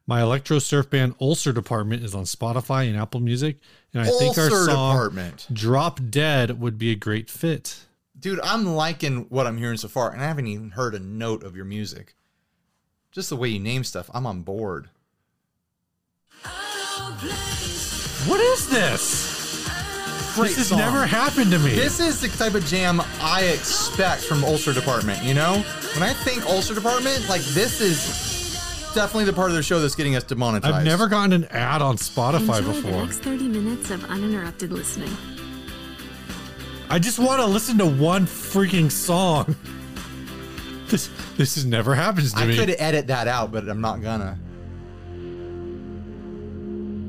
S2: My electro surf band Ulcer Department is on Spotify and Apple Music, and I think our
S1: Ulcer
S2: song
S1: department.
S2: Drop Dead would be a great fit.
S1: Dude, I'm liking what I'm hearing so far, and I haven't even heard a note of your music. Just the way you name stuff, I'm on board.
S2: What is this?
S1: Great
S2: this has
S1: song.
S2: never happened to me.
S1: This is the type of jam I expect from Ulcer Department, you know? When I think Ulcer Department, like this is definitely the part of the show that's getting us demonetized.
S2: I've never gotten an ad on Spotify
S3: Enjoy the
S2: before.
S3: next 30 minutes of uninterrupted listening.
S2: I just want to listen to one freaking song. This this has never happens to
S1: I
S2: me.
S1: could edit that out, but I'm not gonna.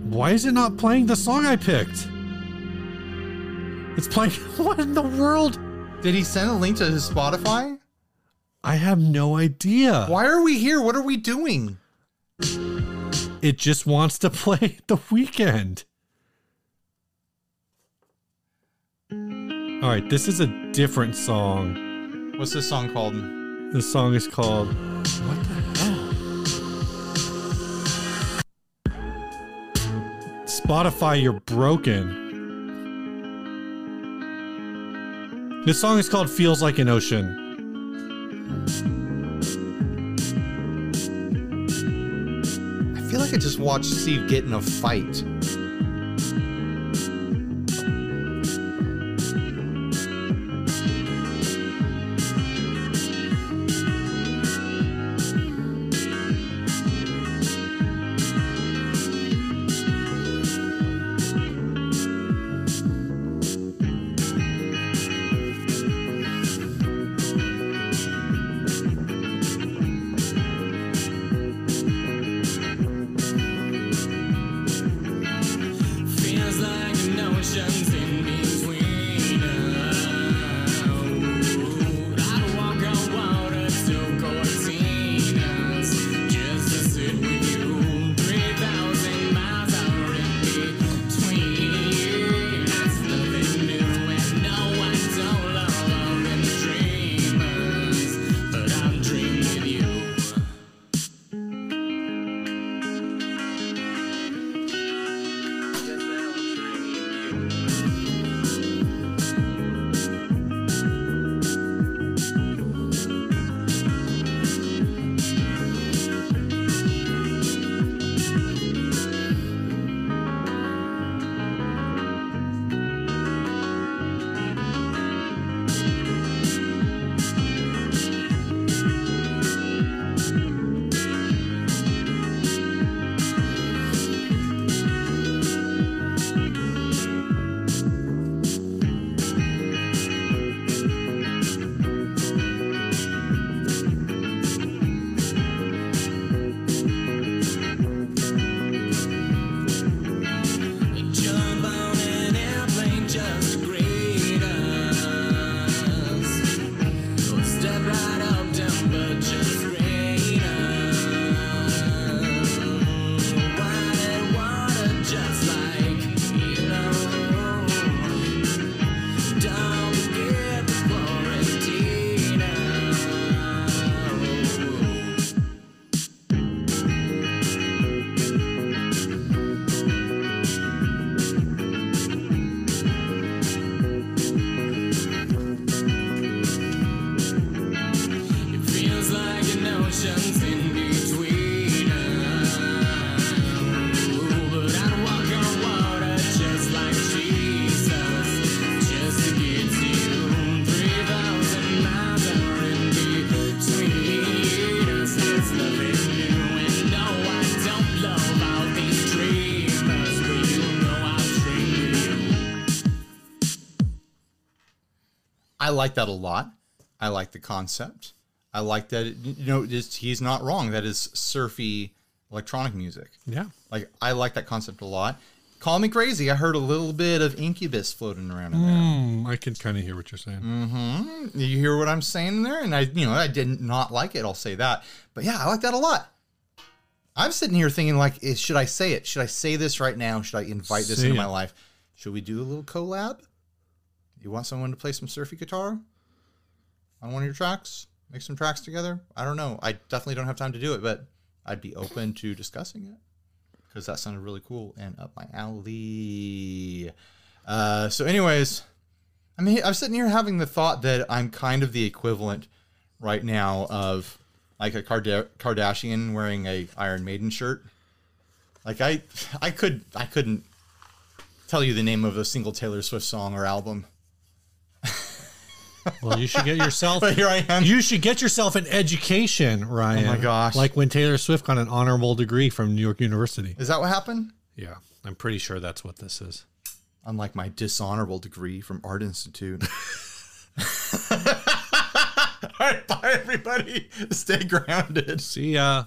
S2: Why is it not playing the song I picked? It's playing. What in the world?
S1: Did he send a link to his Spotify?
S2: I have no idea.
S1: Why are we here? What are we doing?
S2: It just wants to play the weekend. All right, this is a different song.
S1: What's this song called?
S2: The song is called. What the hell? Spotify, you're broken. This song is called Feels Like an Ocean.
S1: I feel like I just watched Steve get in a fight. I like that a lot. I like the concept. I like that. It, you know, just, he's not wrong. That is surfy electronic music.
S2: Yeah.
S1: Like I like that concept a lot. Call me crazy. I heard a little bit of Incubus floating around in there.
S2: Hmm, I can kind of hear what you're saying.
S1: Mm. You hear what I'm saying there? And I, you know, I did not like it. I'll say that. But yeah, I like that a lot. I'm sitting here thinking like, eh, should I say it? Should I say this right now? Should I invite this
S2: Say
S1: into
S2: it.
S1: my life? Should we do a little collab? You want someone to play some surfy guitar on one of your tracks? Make some tracks together? I don't know. I definitely don't have time to do it, but I'd be open to discussing it because that sounded really cool and up my alley. Uh, so, anyways, I mean, I'm sitting here having the thought that I'm kind of the equivalent right now of like a Karda- Kardashian wearing a Iron Maiden shirt. Like I, I could, I couldn't tell you the name of a single Taylor Swift song or album,
S2: Well, you should get yourself.
S1: but here I am. Oh
S2: you should get yourself an education, Ryan.
S1: my gosh.
S2: Like when Taylor Swift got an honorable degree from New York University.
S1: Is that what happened?
S2: Yeah, I'm pretty sure that's what this is.
S1: Unlike my dishonorable degree from Art Institute. All right, bye everybody. Stay grounded.
S2: See uh, ya.